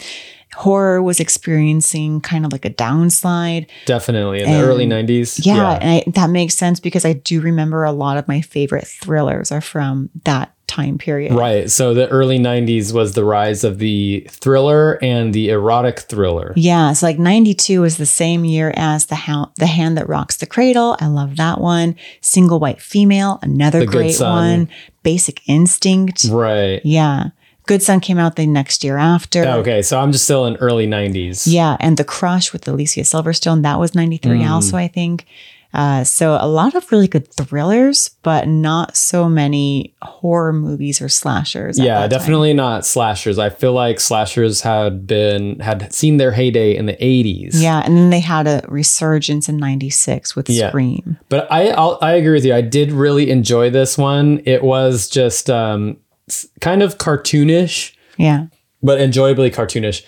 S4: horror was experiencing kind of like a downslide.
S3: Definitely in the
S4: And-
S3: early 90s.
S4: Yeah, and I, that makes sense because I do remember a lot of my favorite thrillers are from that time period.
S3: Right. So the early 90s was the rise of the thriller and the erotic thriller.
S4: Yeah, so like 92 is the same year as the how the hand that rocks the cradle. I love that one. Single white female, another
S3: The Good
S4: great
S3: Son.
S4: one. Basic instinct.
S3: Right.
S4: Yeah. Good Son came out the next year after.
S3: Okay. So I'm just still in early 90s.
S4: Yeah, and The Crush with Alicia Silverstone, that was 93
S3: Mm.
S4: also, I think. Uh, so a lot of really good thrillers, but not so many horror movies or slashers. at
S3: Yeah,
S4: that time.
S3: definitely not slashers. I feel like slashers had been had seen their heyday in the 80s.
S4: Yeah, and then they had a resurgence in 96 with
S3: Yeah.
S4: Scream.
S3: But I I'll, I agree with you. I did really enjoy this one. It was just um s- kind of cartoonish,
S4: Yeah.
S3: but enjoyably cartoonish.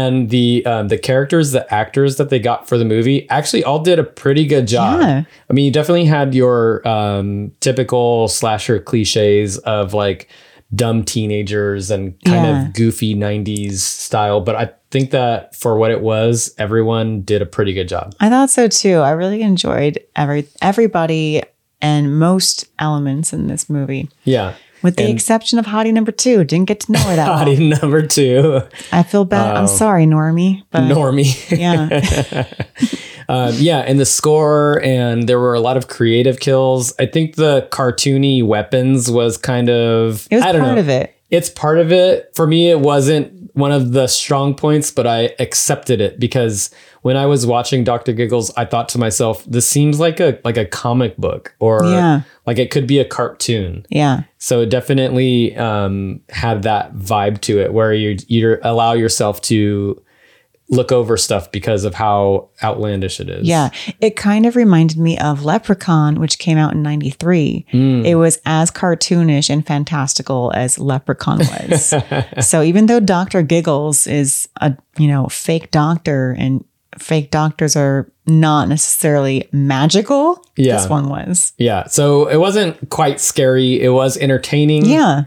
S3: And the um, the characters, the actors that they got for the movie, actually all did a pretty good job.
S4: Yeah.
S3: I mean, you definitely had your um, typical slasher cliches of like dumb teenagers and kind
S4: Yeah.
S3: of goofy '90s style. But I think that for what it was, everyone did a pretty good job.
S4: I thought so too. I really enjoyed every everybody and most elements in this movie,
S3: Yeah.
S4: with the exception of Hottie number two. Didn't get to know her that well.
S3: Body number two,
S4: I feel bad.
S3: Oh.
S4: I'm sorry, Normie. But
S3: Normie.
S4: yeah,
S3: Um, yeah, and the score, and there were a lot of creative kills. I think the cartoony weapons was kind of
S4: it was
S3: I
S4: part
S3: don't know.
S4: of it.
S3: It's part of it for me. It wasn't one of the strong points, but I accepted it because when I was watching Doctor Giggles, I thought to myself, "This seems like a like a comic book, or
S4: Yeah.
S3: like it could be a cartoon."
S4: Yeah.
S3: So it definitely um, had that vibe to it, where you you allow yourself to look over stuff because of how outlandish it is.
S4: Yeah. It kind of reminded me of Leprechaun, which came out in 93. It was as cartoonish and fantastical as Leprechaun was. so even though Dr. Giggles is a, you know, fake doctor and fake doctors are not necessarily magical,
S3: Yeah.
S4: this one was.
S3: Yeah. So it wasn't quite scary. It was entertaining.
S4: Yeah.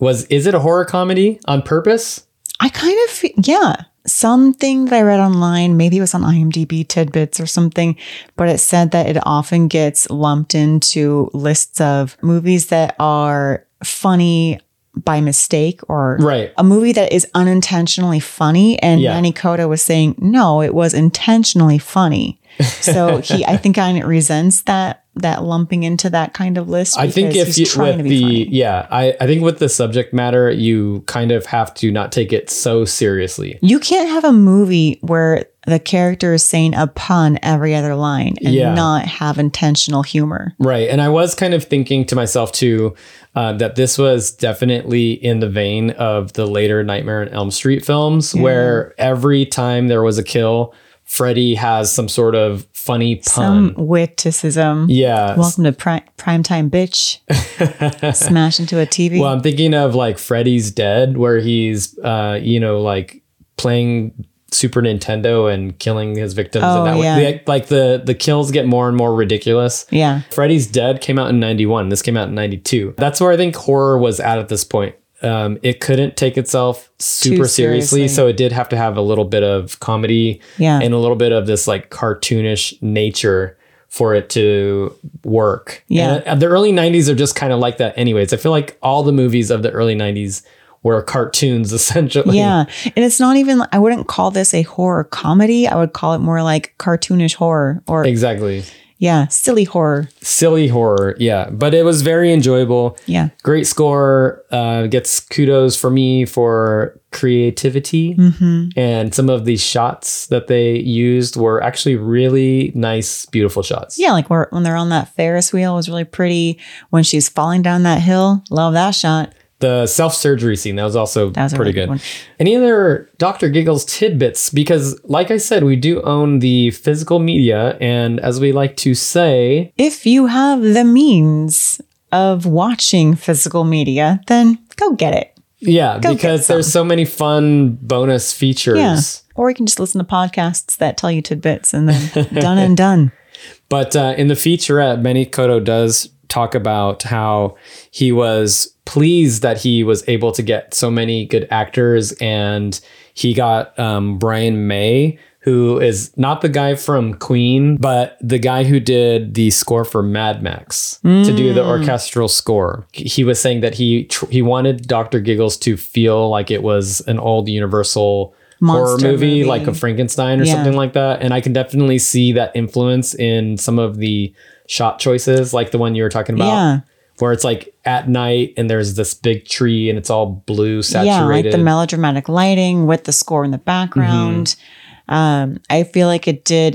S3: Was is it a horror comedy on purpose?
S4: I kind of, fe- yeah. Something that I read online, maybe it was on IMDb tidbits or something, but it said that it often gets lumped into lists of movies that are funny by mistake or
S3: Right.
S4: a movie that is unintentionally funny. And
S3: Yeah.
S4: Manny Coda was saying, no, it was intentionally funny. So he, I think, kind of resents that that lumping into that kind of list.
S3: I think
S4: because
S3: if
S4: he's
S3: you with
S4: trying to
S3: the
S4: be funny.
S3: yeah, I, I think with the subject matter, you kind of have to not take it so seriously.
S4: You can't have a movie where the character is saying a pun every other line and
S3: Yeah.
S4: not have intentional humor.
S3: Right. And I was kind of thinking to myself too uh, that this was definitely in the vein of the later Nightmare on Elm Street films, where every time there was a kill, Freddy has some sort of funny pun.
S4: Some witticism.
S3: yeah.
S4: Welcome to pri- primetime, bitch. Smash into a TV.
S3: Well, I'm thinking of like Freddy's Dead, where he's, uh, you know, like playing Super Nintendo and killing his victims.
S4: Oh,
S3: and that
S4: yeah.
S3: way, like the the kills get more and more ridiculous.
S4: yeah.
S3: Freddy's Dead came out in 91. This came out in 92. That's where I think horror was at at this point. Um, it couldn't take itself super seriously,
S4: seriously.
S3: so it did have to have a little bit of comedy
S4: Yeah.
S3: and a little bit of this like cartoonish nature for it to work.
S4: Yeah.
S3: And, uh, the early 90s are just kind of like that, anyways. I feel like all the movies of the early 90s were cartoons essentially.
S4: Yeah. And it's not even, I wouldn't call this a horror comedy. I would call it more like cartoonish horror or,
S3: Exactly.
S4: yeah, silly horror.
S3: Silly horror. Yeah. But it was very enjoyable.
S4: Yeah.
S3: great score uh, gets kudos for me for creativity
S4: Mm-hmm.
S3: and some of the shots that they used were actually really nice beautiful shots
S4: Yeah. Like where, when they're on that Ferris wheel, it was really pretty. When she's falling down that hill, love that shot.
S3: the self-surgery scene that was also
S4: That was a
S3: pretty
S4: really good
S3: good
S4: one.
S3: any other dr giggles tidbits because like i said we do own the physical media and as we like to say
S4: If you have the means of watching physical media, then go get it.
S3: yeah
S4: get
S3: because there's so many fun bonus features
S4: Yeah. Or you can just listen to podcasts that tell you tidbits and then done and done.
S3: But uh, in the featurette, Manny Koto does talk about how he was pleased that he was able to get so many good actors and He got um, Brian May, who is not the guy from Queen, but the guy who did the score for Mad Max to do the
S4: Mm.
S3: orchestral score. He was saying that he tr- he wanted Doctor Giggles to feel like it was an old Universal. horror
S4: Monster
S3: movie,
S4: movie.
S3: like a Frankenstein or
S4: Yeah.
S3: something like that. And I can definitely see that influence in some of the shot choices, like the one you were talking about,
S4: Yeah.
S3: where it's like at night and there's this big tree and it's all blue
S4: Yeah, like
S3: saturated.
S4: the melodramatic lighting with the score in the background. Um, I feel like it did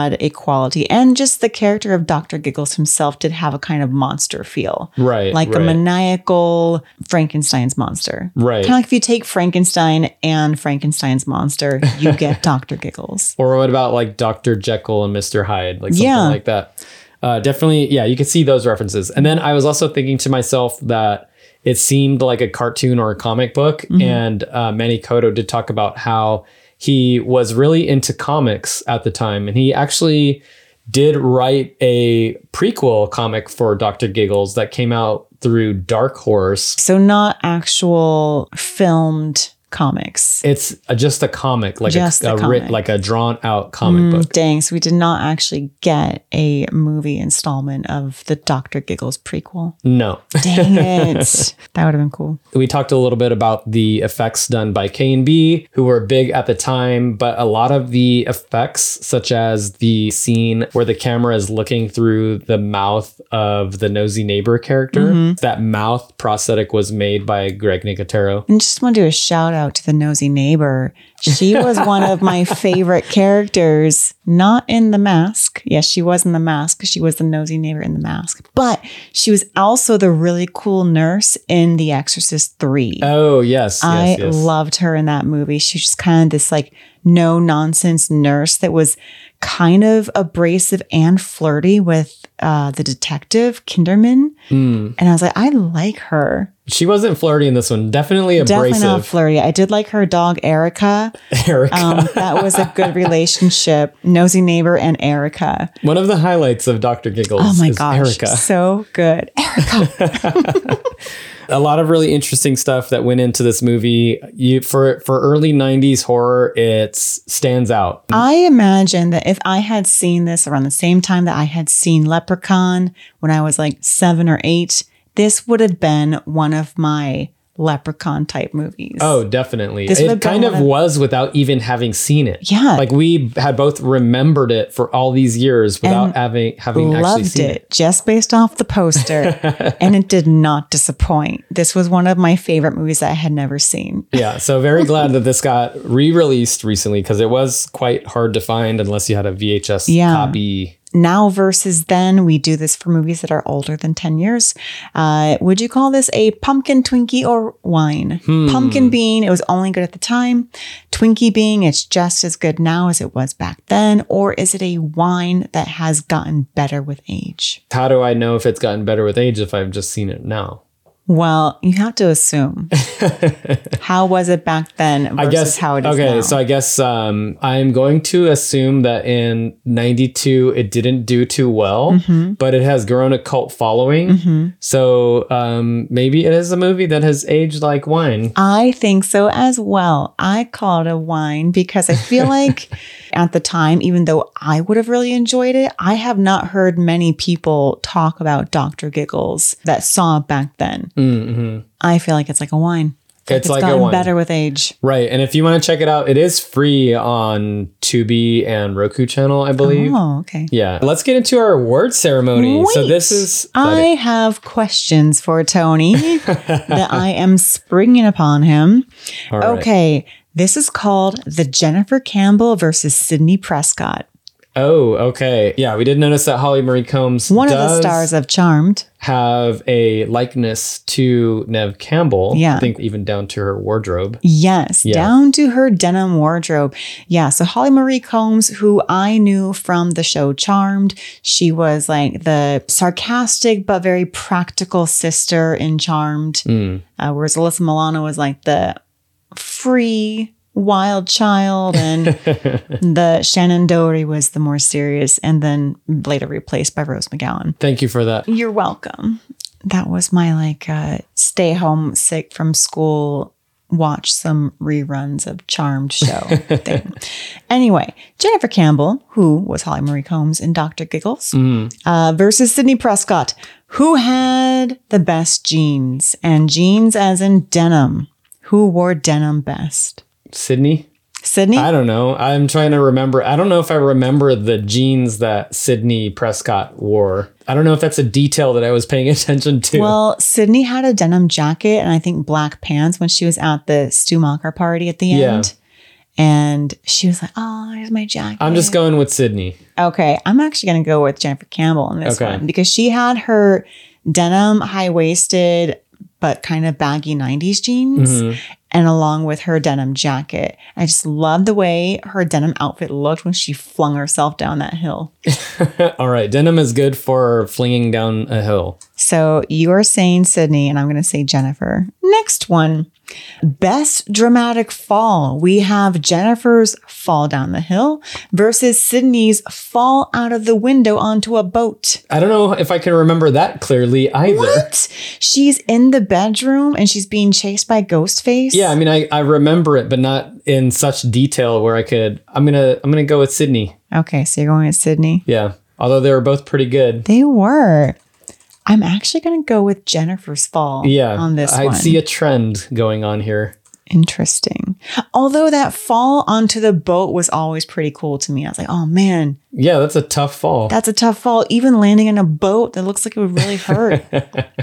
S4: add a quality, and just the character of Doctor Giggles himself did have a kind of monster feel,
S3: Right,
S4: Like a
S3: right.
S4: maniacal Frankenstein's monster,
S3: Right.
S4: Kind of like if you take Frankenstein and Frankenstein's monster, you get Doctor Giggles.
S3: or what about like Dr. Jekyll and Mr. Hyde, like something
S4: Yeah.
S3: like that. Uh, definitely, yeah, you can see those references. And then I was also thinking to myself that it seemed like a cartoon or a comic book.
S4: Mm-hmm.
S3: And uh, Manny Koto did talk about how he was really into comics at the time. And he actually did write a prequel comic for Dr. Giggles that came out through Dark Horse.
S4: So not actual filmed comics.
S3: It's uh just a comic, like
S4: Just
S3: a, a
S4: a
S3: writ-
S4: comic. Mm.
S3: like a drawn out comic book.
S4: Dang, so we did not actually get a movie installment of the Dr. Giggles prequel.
S3: No,
S4: Dang it. that would have been cool.
S3: We talked a little bit about the effects done by K&B, who were big at the time, but a lot of the effects, such as the scene where the camera is looking through the mouth of the nosy neighbor character,
S4: Mm-hmm.
S3: that mouth prosthetic was made by Greg Nicotero.
S4: And just want to do a shout out to the nosy neighbor. She was one of my favorite characters, not in the mask. Yes, she was in the mask. She was the nosy neighbor in the mask, but she was also the really cool nurse in The Exorcist 3.
S3: Oh, yes, yes,
S4: I
S3: yes.
S4: loved her in that movie. She's just kind of this like no nonsense nurse that was kind of abrasive and flirty with uh, the detective Kinderman.
S3: Hmm.
S4: And I was like, I like her.
S3: she wasn't flirty in this one. Definitely abrasive,
S4: Definitely not flirty. I did like her dog Erica.
S3: Erica.
S4: Um, that was a good relationship. Nosy neighbor and Erica.
S3: one of the highlights of Dr. Giggles
S4: Oh my
S3: is
S4: gosh,
S3: Erica.
S4: so good.
S3: a lot of really interesting stuff that went into this movie. You for for early '90s horror, it stands out.
S4: I imagine that if I had seen this around the same time that I had seen Leprechaun when I was like seven or eight, this would have been one of my Leprechaun type movies.
S3: Oh, definitely.
S4: This
S3: it
S4: would've been
S3: kind of
S4: one of-
S3: was without even having seen it.
S4: Yeah.
S3: like we had both remembered it for all these years without
S4: And
S3: having having actually
S4: Loved
S3: seen it.
S4: it just based off the poster, and it did not disappoint. This was one of my favorite movies that I had never seen.
S3: Yeah, so very glad that this got re-released recently because it was quite hard to find unless you had a VHS
S4: Yeah.
S3: copy.
S4: Now versus then, we do this for movies that are older than 10 years. Uh, would you call this a pumpkin Twinkie or wine?
S3: Hmm.
S4: Pumpkin being, it was only good at the time. Twinkie being, it's just as good now as it was back then. Or is it a wine that has gotten better with age?
S3: How do I know if it's gotten better with age if I've just seen it now?
S4: Well, you have to assume. how was it back then versus
S3: I guess
S4: how it is
S3: okay,
S4: now?
S3: so I guess um, I'm going to assume that in '92 it didn't do too well,
S4: Mm-hmm.
S3: but it has grown a cult following. So um, maybe it is a movie that has aged like wine.
S4: I think so as well. I call it a wine because I feel like at the time, even though I would have really enjoyed it, I have not heard many people talk about Dr. Giggles that saw it back then. I feel like it's like a wine.
S3: Mm-hmm. It's like a
S4: gotten
S3: wine.
S4: better with age.
S3: Right, and if you want to check it out, it is free on Tubi and Roku channel, I believe.
S4: Oh, okay.
S3: Yeah, let's get into our award ceremony. So this
S4: Wait.
S3: is
S4: I have questions for Tony that I am springing upon him.
S3: All right.
S4: Okay. This is called the Jennifer Campbell versus Sydney Prescott.
S3: Oh, okay. Yeah, we did notice that Holly Marie Combs,
S4: One of the
S3: does
S4: stars of Charmed.
S3: have a likeness to Nev Campbell.
S4: Yeah.
S3: I think even down to her wardrobe.
S4: Yes,
S3: Yeah.
S4: down to her denim wardrobe. Yeah, so Holly Marie Combs, who I knew from the show Charmed, she was like the sarcastic but very practical sister in Charmed,
S3: Hmm.
S4: uh, whereas Alyssa Milano was like the free wild child and the Shannon Doherty was the more serious and then later replaced by Rose McGowan.
S3: Thank you for that.
S4: You're welcome. That was my like uh, stay home sick from school watch some reruns of Charmed show thing. Anyway, Jennifer Campbell, who was Holly Marie Combs in Dr. Giggles, uh, versus Sidney Prescott, who had the best jeans and jeans as in denim. Who wore denim best?
S3: Sydney?
S4: Sydney?
S3: I don't know. I'm trying to remember. I don't know if I remember the jeans that Sydney Prescott wore. I don't know if that's a detail that I was paying attention to.
S4: Well, Sydney had a denim jacket and I think black pants when she was at the Stu Mocker party at the
S3: Yeah.
S4: end. And she was like, oh, here's my jacket.
S3: I'm just going with Sydney.
S4: Okay, I'm actually going to go with Jennifer Campbell on this
S3: Okay.
S4: one because she had her denim, high waisted, but kind of baggy 90s jeans,
S3: Mm-hmm.
S4: and along with her denim jacket. I just love the way her denim outfit looked when she flung herself down that hill.
S3: All right. Denim is good for flinging down a hill.
S4: So you are saying Sydney, and I'm going to say Jennifer. Next one Best dramatic fall. We have Jennifer's fall down the hill versus Sydney's fall out of the window onto a boat.
S3: I don't know if I can remember that clearly either.
S4: What? She's in the bedroom and she's being chased by Ghostface.
S3: Yeah, I mean, I, I remember it, but not in such detail where I could. I'm gonna I'm gonna go with Sydney.
S4: Okay, so you're going with Sydney.
S3: Yeah, although they were both pretty good.
S4: They were. I'm actually going to go with Jennifer's fall.
S3: Yeah,
S4: on this
S3: I
S4: one.
S3: see a trend going on here.
S4: Interesting. Although that fall onto the boat was always pretty cool to me. I was like, oh man,
S3: Yeah, that's a tough fall.
S4: that's a tough fall. Even landing in a boat that looks like it would really hurt.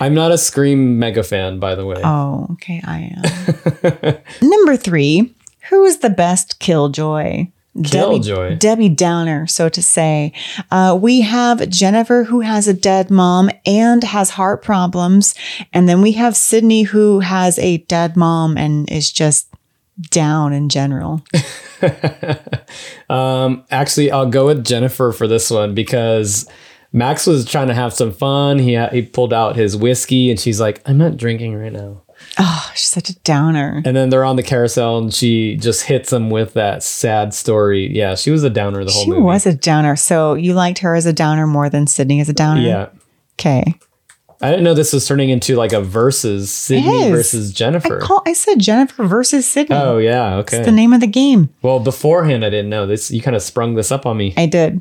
S3: I'm not a Scream mega fan, by the way.
S4: oh, okay, I am. Number three, who is the best killjoy? Debbie-
S3: Killjoy?
S4: Debbie Downer, so to say. Uh, we have Jennifer, who has a dead mom and has heart problems. And then we have Sydney, who has a dead mom and is just down in general.
S3: Um, actually, I'll go with Jennifer for this one because Max was trying to have some fun. He he pulled out his whiskey, and she's like, "I'm not drinking right now."
S4: Oh, she's such a downer.
S3: And then they're on the carousel, and she just hits him with that sad story. Yeah, she was a downer the whole
S4: She
S3: movie.
S4: was a downer. So you liked her as a downer more than Sydney as a downer?
S3: Yeah.
S4: Okay.
S3: I didn't know this was turning into like a versus Sydney
S4: is.
S3: versus Jennifer.
S4: I call I said Jennifer versus Sydney.
S3: oh yeah, okay.
S4: It's the name of the game.
S3: well, beforehand I didn't know this. You kind of sprung this up on me.
S4: I did.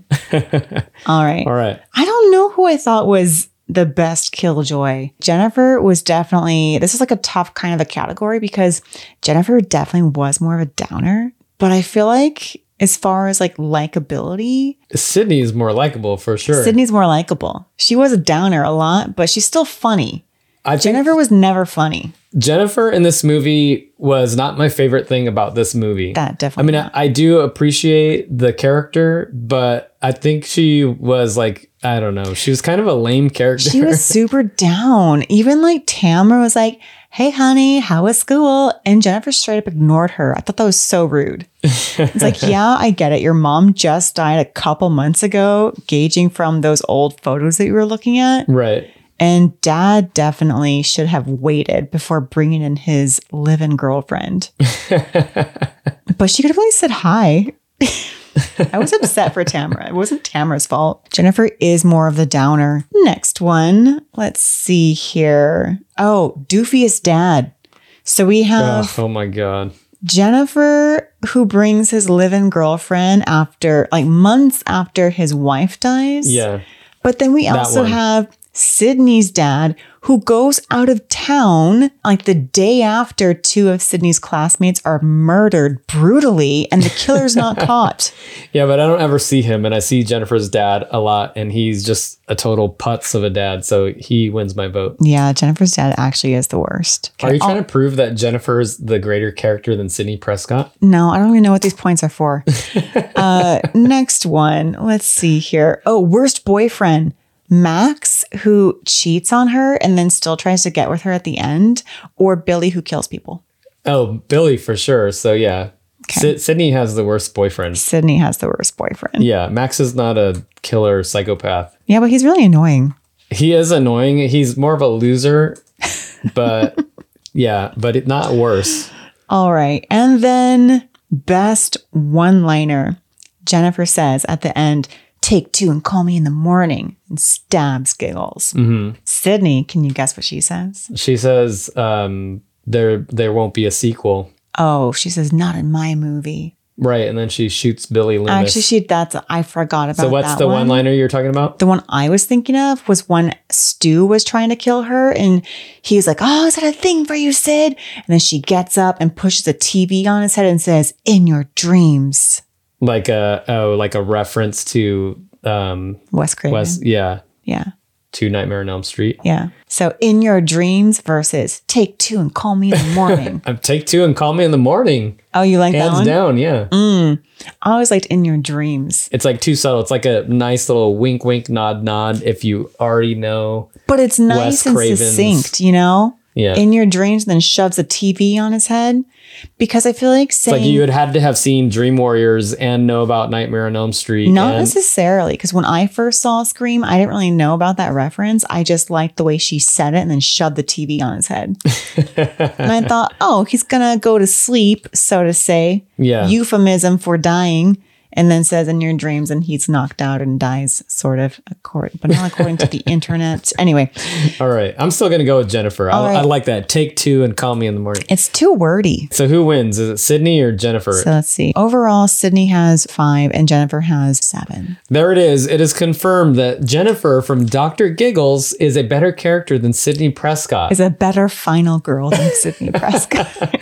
S4: All right.
S3: All right.
S4: I don't know who I thought was the best killjoy. Jennifer was definitely, this is like a tough kind of a category because Jennifer definitely was more of a downer. But I feel like as far as like likability,
S3: Sydney is more likable for sure.
S4: Sydney's more likable. She was a downer a lot, but she's still funny.
S3: I think
S4: Jennifer was never funny.
S3: Jennifer in this movie was not my favorite thing about this movie.
S4: That
S3: I mean,
S4: definitely.
S3: I, I do appreciate the character, but I think she was like, I don't know, she was kind of a lame character.
S4: She was super down. Even like Tamara was like, Hey, honey, how was school? And Jennifer straight up ignored her. I thought that was so rude. It's like, Yeah, I get it. Your mom just died a couple months ago, gauging from those old photos that you were looking at.
S3: right.
S4: And dad definitely should have waited before bringing in his live in girlfriend. but she could have at least said hi. I was upset for Tamara. It wasn't Tamara's fault. Jennifer is more of the downer. Next one. Let's see here. Oh, Doofy's dad. So we have
S3: Oh, oh my God.
S4: Jennifer, who brings his live in girlfriend after, like months after his wife dies.
S3: Yeah.
S4: But then we also
S3: one.
S4: have Sydney's dad who goes out of town like the day after two of Sydney's classmates are murdered brutally and the killer's not caught.
S3: Yeah, but I don't ever see him, and I see Jennifer's dad a lot, and he's just a total putz of a dad. So he wins my vote.
S4: Yeah, Jennifer's dad actually is the worst.
S3: Are you trying to prove that Jennifer's the greater character than Sidney Prescott?
S4: No, I don't even know what these points are for. uh, next one. Let's see here. Oh, worst boyfriend. Max, who cheats on her and then still tries to get with her at the end, or Billy, who kills people.
S3: Oh, Billy for sure. So yeah,
S4: Okay.
S3: Sid Sydney has the worst boyfriend.
S4: Sydney has the worst boyfriend.
S3: Yeah, Max is not a killer psychopath.
S4: yeah but he's really annoying.
S3: He is annoying. He's more of a loser, but yeah, but it, not worse.
S4: All right. And then best one liner. Jennifer says at the end, take two and call me in the morning
S3: Mm-hmm.
S4: and stabs giggles. Sydney, can you guess what she says?
S3: She says, um, there there won't be a sequel.
S4: Oh, she says, not in my movie.
S3: Right, and then she shoots Billy Loomis.
S4: Actually, she that's I forgot about
S3: so what's
S4: that
S3: the
S4: one.
S3: one liner you're talking about?
S4: The one I was thinking of was when Stu was trying to kill her, and he's like, "Oh, is that a thing for you, Sid?" And then she gets up and pushes a TV on his head and says, "In your dreams,
S3: Like a oh, like a reference to um
S4: Wes Craven."
S3: West yeah,
S4: Yeah,
S3: to Nightmare on Elm Street.
S4: yeah. So, "In your dreams" versus "Take two and call me in the morning."
S3: Um, take two and call me in the morning.
S4: oh, you like that
S3: Hands
S4: one?
S3: down, yeah.
S4: Mm. I always liked "In your dreams,"
S3: It's like too subtle. It's like a nice little wink, wink, nod, nod. If you already know,
S4: but it's nice and
S3: Craven's-
S4: succinct, you know.
S3: yeah.
S4: In your dreams, and then shoves a TV on his head because I feel like
S3: it's
S4: saying
S3: like you would have to have seen Dream Warriors and know about Nightmare on Elm Street.
S4: Not
S3: and-
S4: necessarily, because when I first saw Scream, I didn't really know about that reference. I just liked the way she said it and then shoved the TV on his head. and I thought, oh, he's going to go to sleep, so to say,
S3: yeah.
S4: euphemism for dying, and then says in your dreams, and he's knocked out and dies, sort of, according, but not according to the internet. Anyway,
S3: All right. I'm still going to go with Jennifer. I,
S4: All right.
S3: I like that. Take two and call me in the morning.
S4: it's too wordy.
S3: So who wins? Is it Sydney or Jennifer?
S4: So let's see. Overall, Sydney has five and Jennifer has seven.
S3: there it is. It is confirmed that Jennifer from Dr. Giggles is a better character than Sydney Prescott.
S4: Is a better final girl than Sydney Prescott.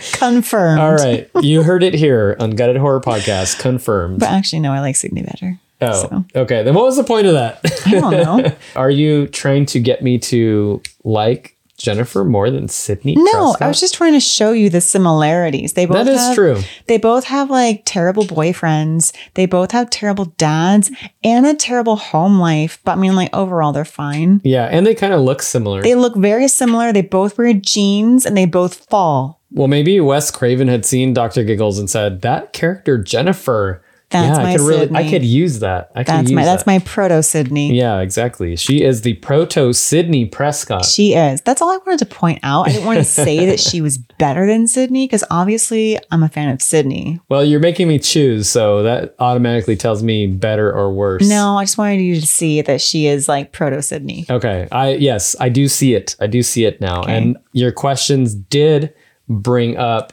S4: Confirmed.
S3: All right. you heard it here on Gutted Horror Podcast. Confirmed.
S4: But actually, no, I like Sydney better.
S3: oh,
S4: so.
S3: okay. Then what was the point of that?
S4: I don't know.
S3: Are you trying to get me to like Jennifer more than Sydney?
S4: No, I
S3: Prescott?
S4: was just trying to show you the similarities. They both
S3: That is
S4: have-
S3: true.
S4: They both have like terrible boyfriends. They both have terrible dads and a terrible home life. But I mean, like overall, they're fine.
S3: Yeah, and they kind of look similar.
S4: They look very similar. They both wear jeans and they both fall.
S3: well, maybe Wes Craven had seen Dr. Giggles and said, "That character Jennifer,
S4: That's
S3: yeah,
S4: my
S3: I could really I
S4: Sydney.
S3: could use that. I could
S4: That's
S3: use
S4: my that's
S3: that."
S4: my proto Sydney.
S3: Yeah, exactly. She is the proto Sydney Prescott.
S4: She is. That's all I wanted to point out. I didn't want to say that she was better than Sydney because obviously I'm a fan of Sydney.
S3: Well, you're making me choose, so that automatically tells me better or worse.
S4: No, I just wanted you to see that she is like proto Sydney.
S3: Okay. I yes, I do see it. I do see it now. And your questions did bring up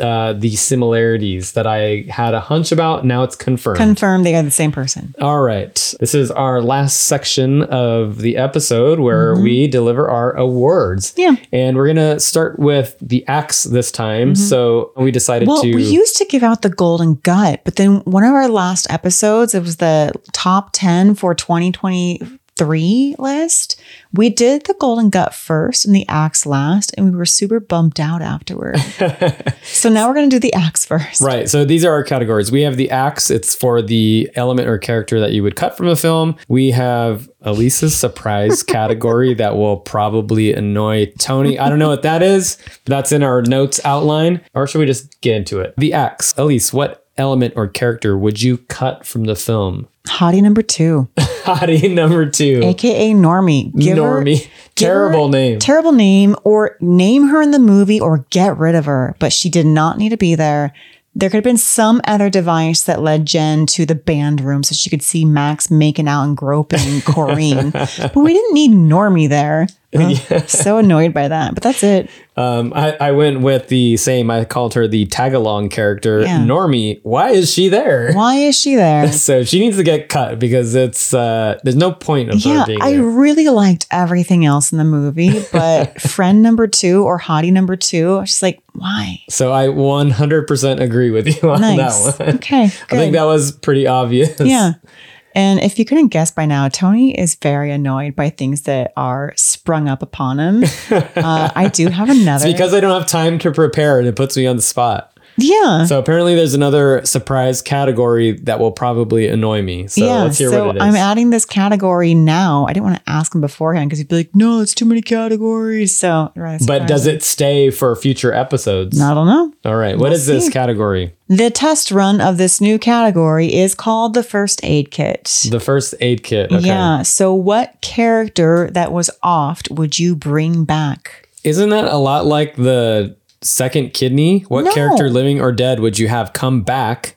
S3: uh, the similarities that I had a hunch about. Now it's confirmed.
S4: confirm they are the same person.
S3: All right. This is our last section of the episode where we deliver our awards.
S4: Mm-hmm. Yeah.
S3: And we're going to start with the axe this time. So we decided
S4: Mm-hmm. Well,
S3: to.
S4: we used to give out the golden gut, but then one of our last episodes, it was the top 10 for 2023 list. We did the golden gut first and the axe last, and we were super bumped out afterward. so now we're going to do the axe first.
S3: Right. So these are our categories. We have the axe. It's for the element or character that you would cut from a film. We have Elisa's surprise category that will probably annoy Tony. I don't know what that is, but that's in our notes outline. Or should we just get into it? The axe. Elise, what element or character would you cut from the film?
S4: Hottie number two,
S3: Hottie number two.
S4: AKA Normie. Give her-
S3: Normie.
S4: give her-
S3: Terrible name.
S4: Terrible name, or name her in the movie or get rid of her. But she did not need to be there. There could have been some other device that led Jen to the band room so she could see Max making out and groping Corrine. but we didn't need Normie there. Ugh, So annoyed by that. But that's it.
S3: Um, I, I went with the same. I called her the tag along character,
S4: Yeah.
S3: Normie. Why is she there?
S4: Why is she there?
S3: So she needs to get cut because it's uh there's no point of her
S4: Yeah,
S3: being
S4: I
S3: there.
S4: really liked everything else in the movie, but friend number two or hottie number two, she's like, why?
S3: So I 100% agree with you on
S4: Nice.
S3: that one.
S4: Okay.
S3: Oh, I
S4: good.
S3: think that was pretty obvious.
S4: Yeah. And if you couldn't guess by now, Tony is very annoyed by things that are sprung up upon him. uh, I do have another.
S3: Because I don't have time to prepare and it puts me on the spot.
S4: Uh-huh. yeah.
S3: So apparently there's another surprise category that will probably annoy me. So
S4: yeah.
S3: let's hear
S4: so
S3: what it is.
S4: I'm adding this category now. I didn't want to ask him beforehand because he'd be like, no, it's too many categories. So, right,
S3: but does it stay for future episodes?
S4: I don't know.
S3: All right. What is this
S4: see.
S3: category?
S4: The test run of this new category is called the first aid kit.
S3: The first aid kit. Okay.
S4: Yeah. So, what character that was offed would you bring back?
S3: Isn't that a lot like the second kidney? What
S4: No.
S3: character, living or dead, would you have come back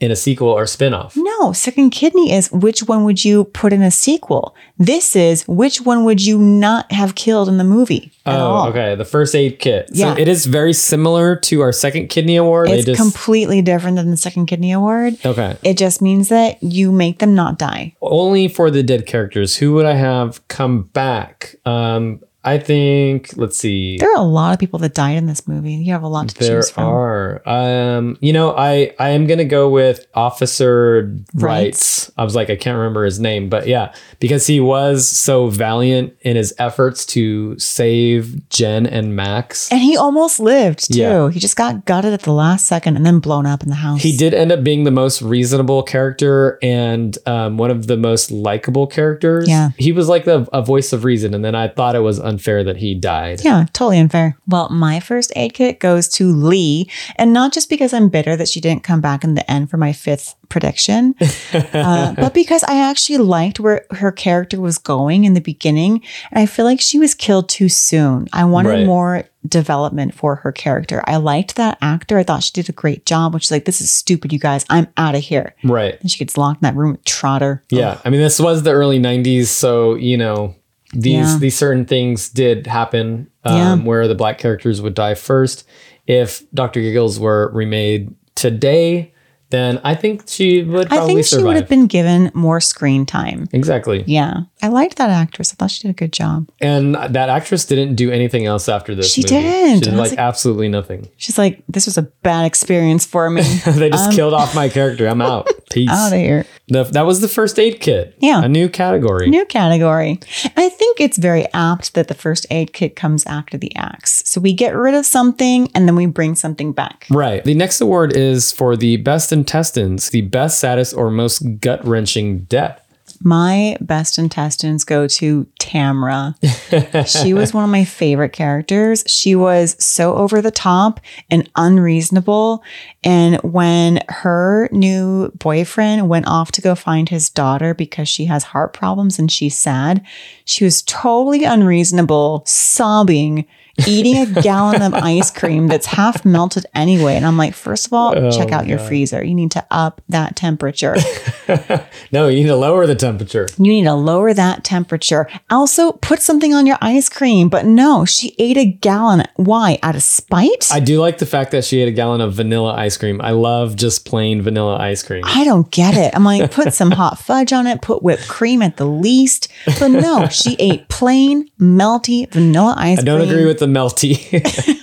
S3: in a sequel or spin-off.
S4: No, second kidney is which one would you put in a sequel? This is which one would you not have killed in the movie at
S3: Oh,
S4: all?
S3: okay. The first aid kit.
S4: Yeah.
S3: So it is very similar to our second kidney award.
S4: It's
S3: they just
S4: completely different than the second kidney award.
S3: okay.
S4: It just means that you make them not die.
S3: Only for the dead characters. Who would I have come back? Um, I think. Let's see.
S4: There are a lot of people that died in this movie. You have a lot to
S3: There
S4: choose from.
S3: are. Um, you know, I I am gonna go with Officer Wrights. I was like, I can't remember his name, but yeah, because he was so valiant in his efforts to save Jen and Max.
S4: And he almost lived too.
S3: Yeah.
S4: He just got gutted at the last second and then blown up in the house.
S3: He did end up being the most reasonable character and um, one of the most likable characters.
S4: Yeah.
S3: He was like the, a voice of reason. And then I thought it was unfair that he died.
S4: Yeah, totally unfair. Well, my first aid kit goes to Lee, and not just because I'm bitter that she didn't come back in the end for my fifth prediction, uh, but because I actually liked where her character was going in the beginning, and I feel like she was killed too soon. I wanted
S3: Right.
S4: more development for her character. I liked that actor. I thought she did a great job. Which is like, this is stupid, you guys. I'm out of here.
S3: Right.
S4: And she gets locked in that room with Trotter.
S3: Yeah. I mean, this was the early 90s. So, you know, these
S4: Yeah.
S3: these certain things did happen um,
S4: Yeah.
S3: where the black characters would die first. If Dr. Giggles were remade today, then I think she would
S4: I
S3: probably
S4: think she
S3: survive.
S4: would have been given more screen time.
S3: exactly.
S4: Yeah, I liked that actress. I thought she did a good job.
S3: And that actress didn't do anything else after this.
S4: She
S3: movie.
S4: didn't.
S3: She did
S4: I was
S3: like,
S4: like-
S3: absolutely nothing.
S4: She's like, this was a bad experience for me.
S3: they just killed off my character. I'm out. Peace.
S4: Out of Um, here.
S3: The- that was the first aid kit.
S4: Yeah.
S3: A new category.
S4: New category. I think it's very apt that the first aid kit comes after the axe. So we get rid of something and then we bring something back.
S3: Right. The next award is for the best intestines, the best, saddest, or most gut wrenching death.
S4: My best intestines go to Tamra. she was one of my favorite characters. She was so over the top and unreasonable. And when her new boyfriend went off to go find his daughter because she has heart problems and she's sad, she was totally unreasonable, sobbing. Eating a gallon of ice cream that's half melted anyway. And I'm like, first of all, check out your freezer. You need to up that temperature.
S3: No, you need to lower the temperature.
S4: You need to lower that temperature. Also, put something on your ice cream. But no, she ate a gallon. Why? Out of spite?
S3: I
S4: I,
S3: do like the fact that she ate a gallon of vanilla ice cream. I love just plain vanilla ice cream.
S4: don't get it. I'm like, put some hot fudge on it, put whipped cream at the least. But no, she ate plain, melty vanilla ice
S3: I
S4: cream.
S3: don't agree with the melty.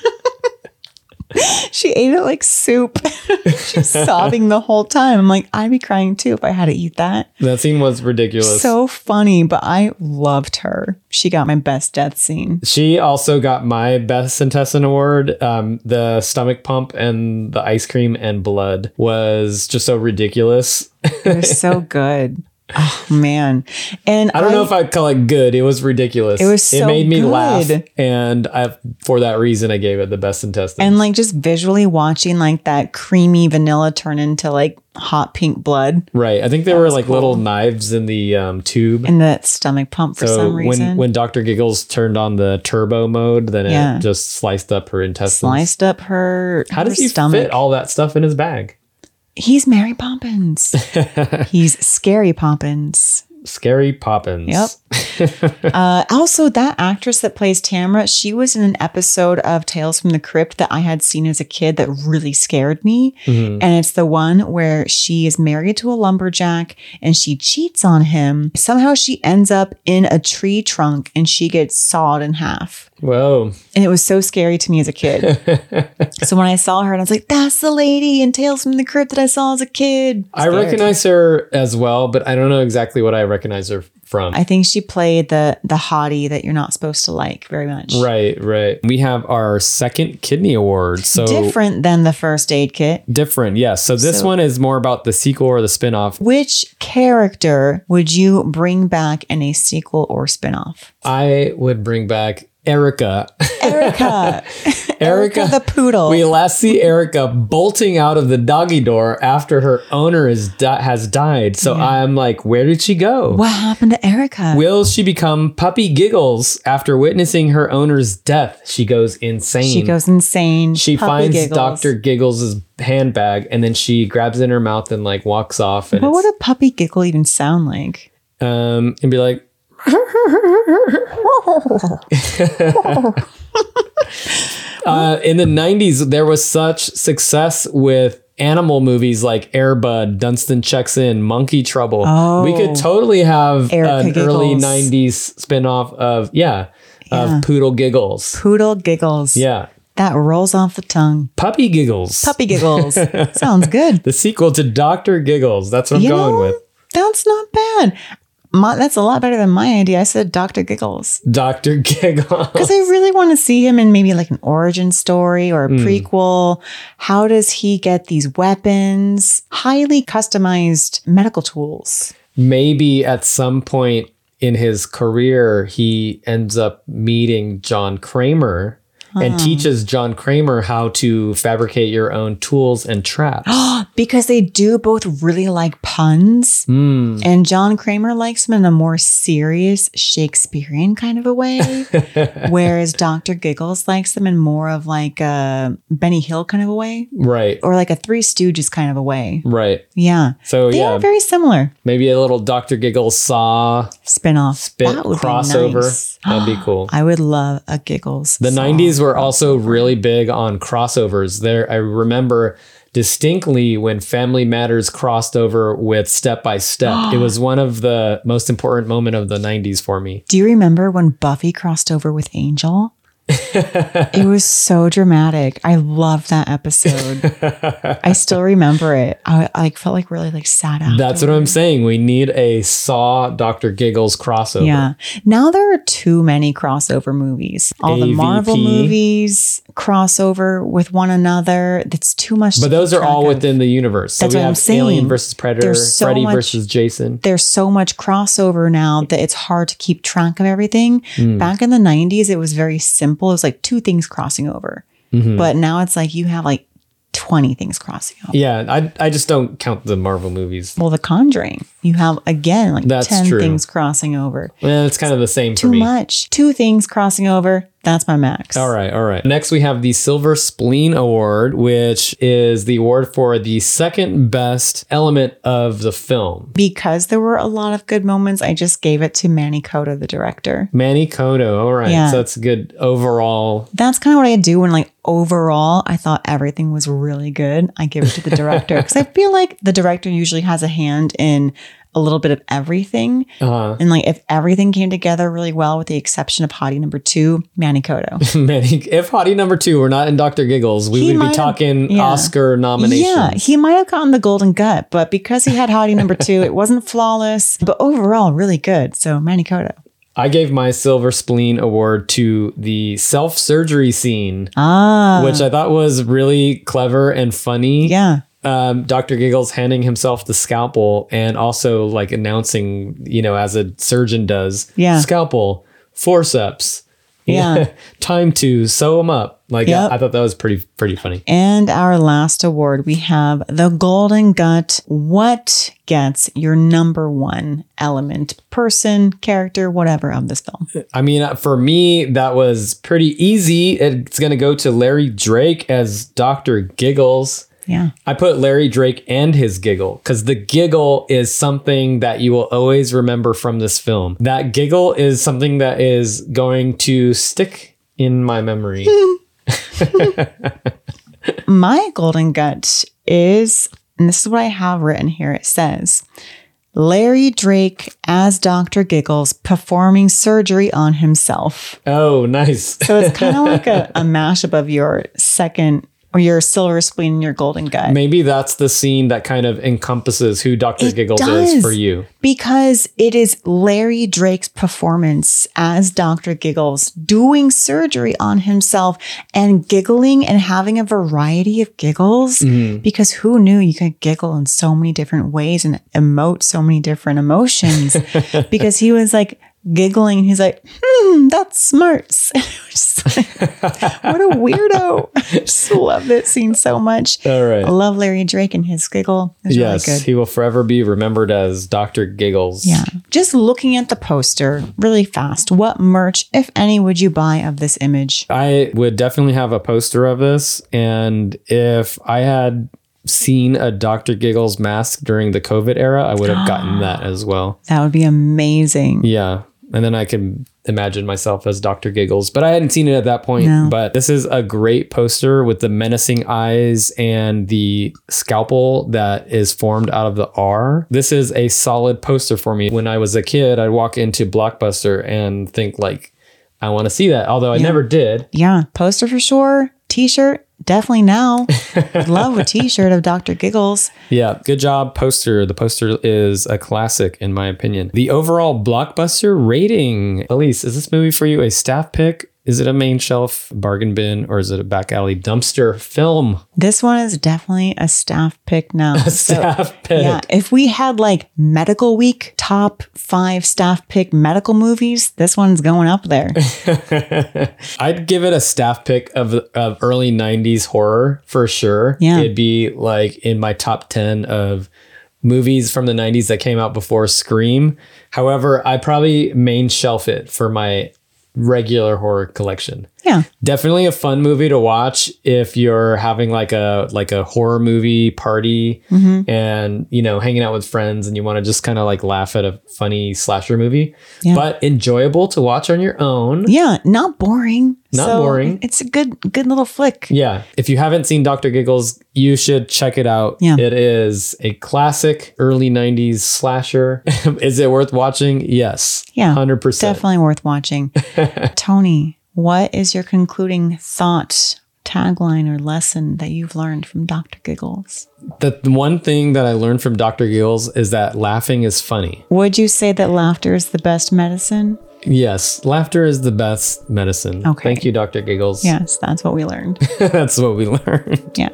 S4: She ate it like soup. She's sobbing the whole time. I'm like, I'd be crying too if I had to eat that.
S3: that scene was ridiculous.
S4: So funny, but I loved her. She got my best death scene.
S3: She also got my best intestine award. Um, the stomach pump and the ice cream and blood was just so ridiculous.
S4: It was so good. Oh man. And
S3: I don't know if I'd call it good. It was ridiculous. It
S4: was
S3: It
S4: so
S3: made me laugh,
S4: good.
S3: and I, for that reason, I gave it the best intestine.
S4: And like just visually watching like that creamy vanilla turn into like hot pink blood
S3: right. I think there were like little knives in the um, tube.
S4: in the stomach pump for
S3: so
S4: some reason.
S3: when when Doctor Giggles turned on the turbo mode, then
S4: Yeah.
S3: it just sliced up her intestines.
S4: sliced up her,
S3: How
S4: her
S3: does he
S4: stomach.
S3: fit all that stuff in his bag?
S4: He's Mary Poppins. He's scary Poppins.
S3: Scary Poppins.
S4: Yep. Uh, also, that actress that plays Tamra, she was in an episode of Tales from the Crypt that I had seen as a kid that really scared me.
S3: Mm-hmm.
S4: And it's the one where she is married to a lumberjack and she cheats on him. Somehow she ends up in a tree trunk and she gets sawed in half.
S3: Whoa.
S4: And it was so scary to me as a kid. so when I saw her, and I was like, that's the lady in Tales from the Crypt that I saw as a kid.
S3: I
S4: Scared.
S3: recognize her as well, but I don't know exactly what I recognize her from.
S4: I think she played the the hottie that you're not supposed to like very much.
S3: right, right. We have our second kidney award. So
S4: different than the first aid kit.
S3: different, yes. So this
S4: So-
S3: one is more about the sequel or the spin-off.
S4: Which character would you bring back in a sequel or spinoff?
S3: I would bring back Erica.
S4: Erica. Erica. the poodle.
S3: We last see Erica bolting out of the doggy door after her owner is di- has died. So I'm like, where did she go?
S4: what happened to Erica?
S3: Will she become puppy giggles after witnessing her owner's death? She goes insane.
S4: she goes insane.
S3: She
S4: Puppy
S3: finds
S4: giggles.
S3: Dr. Giggles' handbag and then she grabs it in her mouth and like walks off and
S4: What would
S3: it's,
S4: a puppy giggle even sound like?
S3: um and be like uh, in the 90s there was such success with animal movies like Airbud, Dunstan Checks In, Monkey Trouble.
S4: Oh.
S3: we could totally have
S4: Erica
S3: an early
S4: Giggles.
S3: 90s spin-off of yeah,
S4: Yeah.
S3: of Poodle Giggles.
S4: Poodle giggles.
S3: Yeah.
S4: That rolls off the tongue.
S3: Puppy Giggles.
S4: Puppy giggles. Sounds good.
S3: the sequel to Dr. Giggles. That's what I'm
S4: You
S3: going
S4: know,
S3: with.
S4: That's not bad. My, that's a lot better than my idea. I said Dr. Giggles.
S3: Dr. Giggles.
S4: Because I really want to see him in maybe like an origin story or a
S3: Hmm.
S4: prequel. How does he get these weapons? Highly customized medical tools.
S3: Maybe at some point in his career, he ends up meeting John Kramer and teaches John Kramer how to fabricate your own tools and traps.
S4: Because they do both really like puns.
S3: Hmm.
S4: And John Kramer likes them in a more serious Shakespearean kind of a way. whereas Dr. Giggles likes them in more of like a Benny Hill kind of a way
S3: Right.
S4: or like a Three Stooges kind of a way.
S3: Right.
S4: Yeah.
S3: So,
S4: They
S3: yeah,
S4: are very similar.
S3: maybe a little Dr. Giggles saw
S4: Spin-off.
S3: bit
S4: That would be
S3: crossover.
S4: nice.
S3: That'd be cool.
S4: I would love a giggles.
S3: The
S4: song.
S3: 90s were also really big on crossovers. There, I remember distinctly when Family Matters crossed over with Step by Step. it was one of the most important moment of the 90s for me.
S4: Do you remember when Buffy crossed over with Angel? it was so dramatic. I love that episode. I still remember it. I, I like, felt like really like sad out.
S3: That's what I'm saying. We need a Saw Dr. Giggles crossover.
S4: yeah. Now there are too many crossover movies. All the Marvel
S3: AVP.
S4: movies crossover with one another. That's too much. to
S3: But those
S4: keep
S3: are all
S4: track of.
S3: within the universe. So
S4: That's
S3: we
S4: what I'm
S3: have
S4: saying.
S3: Alien versus Predator,
S4: There's so
S3: Freddy
S4: much-
S3: versus Jason.
S4: there's so much crossover now that it's hard to keep track of everything.
S3: Mm.
S4: Back in the 90s, it was very simple. It was like two things crossing over.
S3: Mm-hmm.
S4: But now it's like you have like 20 things crossing over.
S3: Yeah, I, I just don't count the Marvel movies.
S4: Well, The Conjuring, you have again like
S3: That's
S4: 10
S3: true.
S4: things crossing over.
S3: Well, it's kind of the same for
S4: Too
S3: me.
S4: much. Two things crossing over. That's my max.
S3: All right, all right. Next, we have the Silver Spleen Award, which is the award for the second best element of the film.
S4: Because there were a lot of good moments, I just gave it to Manny Coda, the director.
S3: Manny Kono. All right,
S4: Yeah.
S3: so that's a good overall.
S4: that's kind of what I do when like overall I thought everything was really good. I give it to the director because I feel like the director usually has a hand in a little bit of everything.
S3: Uh,
S4: And like if everything came together really well with the exception of Hottie number two, Manny Koto.
S3: Manny, if Hottie number two were not in Dr. Giggles, we
S4: He
S3: would
S4: might
S3: be
S4: have-
S3: talking
S4: yeah.
S3: Oscar nominations.
S4: yeah, he might have gotten the golden gut, but because he had Hottie number two, it wasn't flawless, but overall really good. So Manny Koto.
S3: I gave my Silver Spleen Award to the self surgery scene,
S4: Ah,
S3: which I thought was really clever and funny.
S4: yeah.
S3: um, Dr. Giggles handing himself the scalpel and also like announcing, you know, as a surgeon does,
S4: Yeah.
S3: scalpel, forceps,
S4: Yeah.
S3: time to sew him up. Like,
S4: Yep.
S3: I, I thought that was pretty, pretty funny.
S4: And our last award, we have the Golden Gut. What gets your number one element, person, character, whatever of this film?
S3: I mean, uh, for me, that was pretty easy. It's going to go to Larry Drake as Dr. Giggles.
S4: Yeah.
S3: I put Larry Drake and his giggle because the giggle is something that you will always remember from this film. That giggle is something that is going to stick in my memory.
S4: My Golden Gut is, and this is what I have written here it says, Larry Drake as Dr. Giggles performing surgery on himself.
S3: oh, nice.
S4: So it's kind of like a, a mashup of your second or your silver spleen and your golden gut.
S3: Maybe that's the scene that kind of encompasses who Dr.
S4: It
S3: Giggles
S4: does.
S3: is for you.
S4: Because it is Larry Drake's performance as Dr. Giggles doing surgery on himself and giggling and having a variety of giggles.
S3: Mm-hmm.
S4: Because who knew you could giggle in so many different ways and emote so many different emotions? because he was like giggling. He's like, hmm, that's smarts. Just like, what a weirdo. I just love that scene so much.
S3: All right.
S4: I love Larry Drake and his giggle. It's
S3: yes,
S4: really good.
S3: he will forever be remembered as Dr. Giggles.
S4: Yeah. Just looking at the poster really fast, what merch, if any, would you buy of this image?
S3: I would definitely have a poster of this. And if I had seen a Dr. Giggles mask during the COVID era, I would have gotten that as well.
S4: That would be amazing.
S3: Yeah. And then I can imagine myself as Dr. Giggles, but I hadn't seen it at that point.
S4: No.
S3: But this is a great poster with the menacing eyes and the scalpel that is formed out of the R. This is a solid poster for me. When I was a kid, I'd walk into Blockbuster and think like, I want to see that. Although I never did.
S4: Yeah. Poster for sure. T shirt. Definitely now. I'd love a t shirt of Dr. Giggles.
S3: Yeah, good job, poster. The poster is a classic, in my opinion. The overall blockbuster rating. Elise, is this movie for you a staff pick? Is it a main shelf bargain bin or is it a back alley dumpster film?
S4: This one is definitely a staff pick now.
S3: Staff pick.
S4: Yeah, if we had like medical week top five staff pick medical movies, this one's going up there.
S3: I'd give it a staff pick of, of early 90s horror for sure.
S4: Yeah.
S3: It'd be like in my top 10 of movies from the 90s that came out before Scream. However, I probably main shelf it for my regular horror collection.
S4: Yeah,
S3: Definitely a fun movie to watch if you're having like a like a horror movie party
S4: Mm-hmm.
S3: and you know hanging out with friends and you want to just kind of like laugh at a funny slasher movie,
S4: Yeah.
S3: but enjoyable to watch on your own.
S4: yeah, not boring.
S3: Not boring.
S4: It's a good, good little flick.
S3: Yeah. If you haven't seen Dr. Giggles, you should check it out.
S4: Yeah.
S3: It is a classic early 90s slasher. is it worth watching? Yes.
S4: Yeah,
S3: 100%.
S4: Definitely worth watching. Tony, what is your concluding thought, tagline, or lesson that you've learned from Dr. Giggles?
S3: The one thing that I learned from Dr. Giggles is that laughing is funny.
S4: Would you say that laughter is the best medicine?
S3: Yes, laughter is the best medicine.
S4: Okay.
S3: Thank you, Dr. Giggles.
S4: Yes, that's what we learned.
S3: That's what we learned.
S4: Yeah.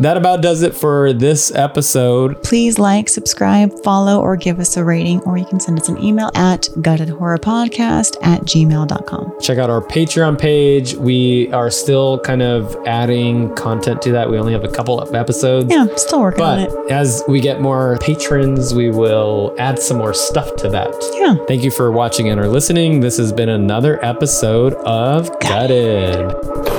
S3: that about does it for this episode.
S4: please like, subscribe, follow, or give us a rating, or you can send us an email at guttedhorrorpodcast at gmail.com.
S3: Check out our Patreon page. We are still kind of adding content to that. We only have a couple of episodes.
S4: Yeah, I'm still working on it.
S3: But as we get more patrons, we will add some more stuff to that.
S4: Yeah.
S3: Thank you for watching and or listening. This has been another episode of Gutted.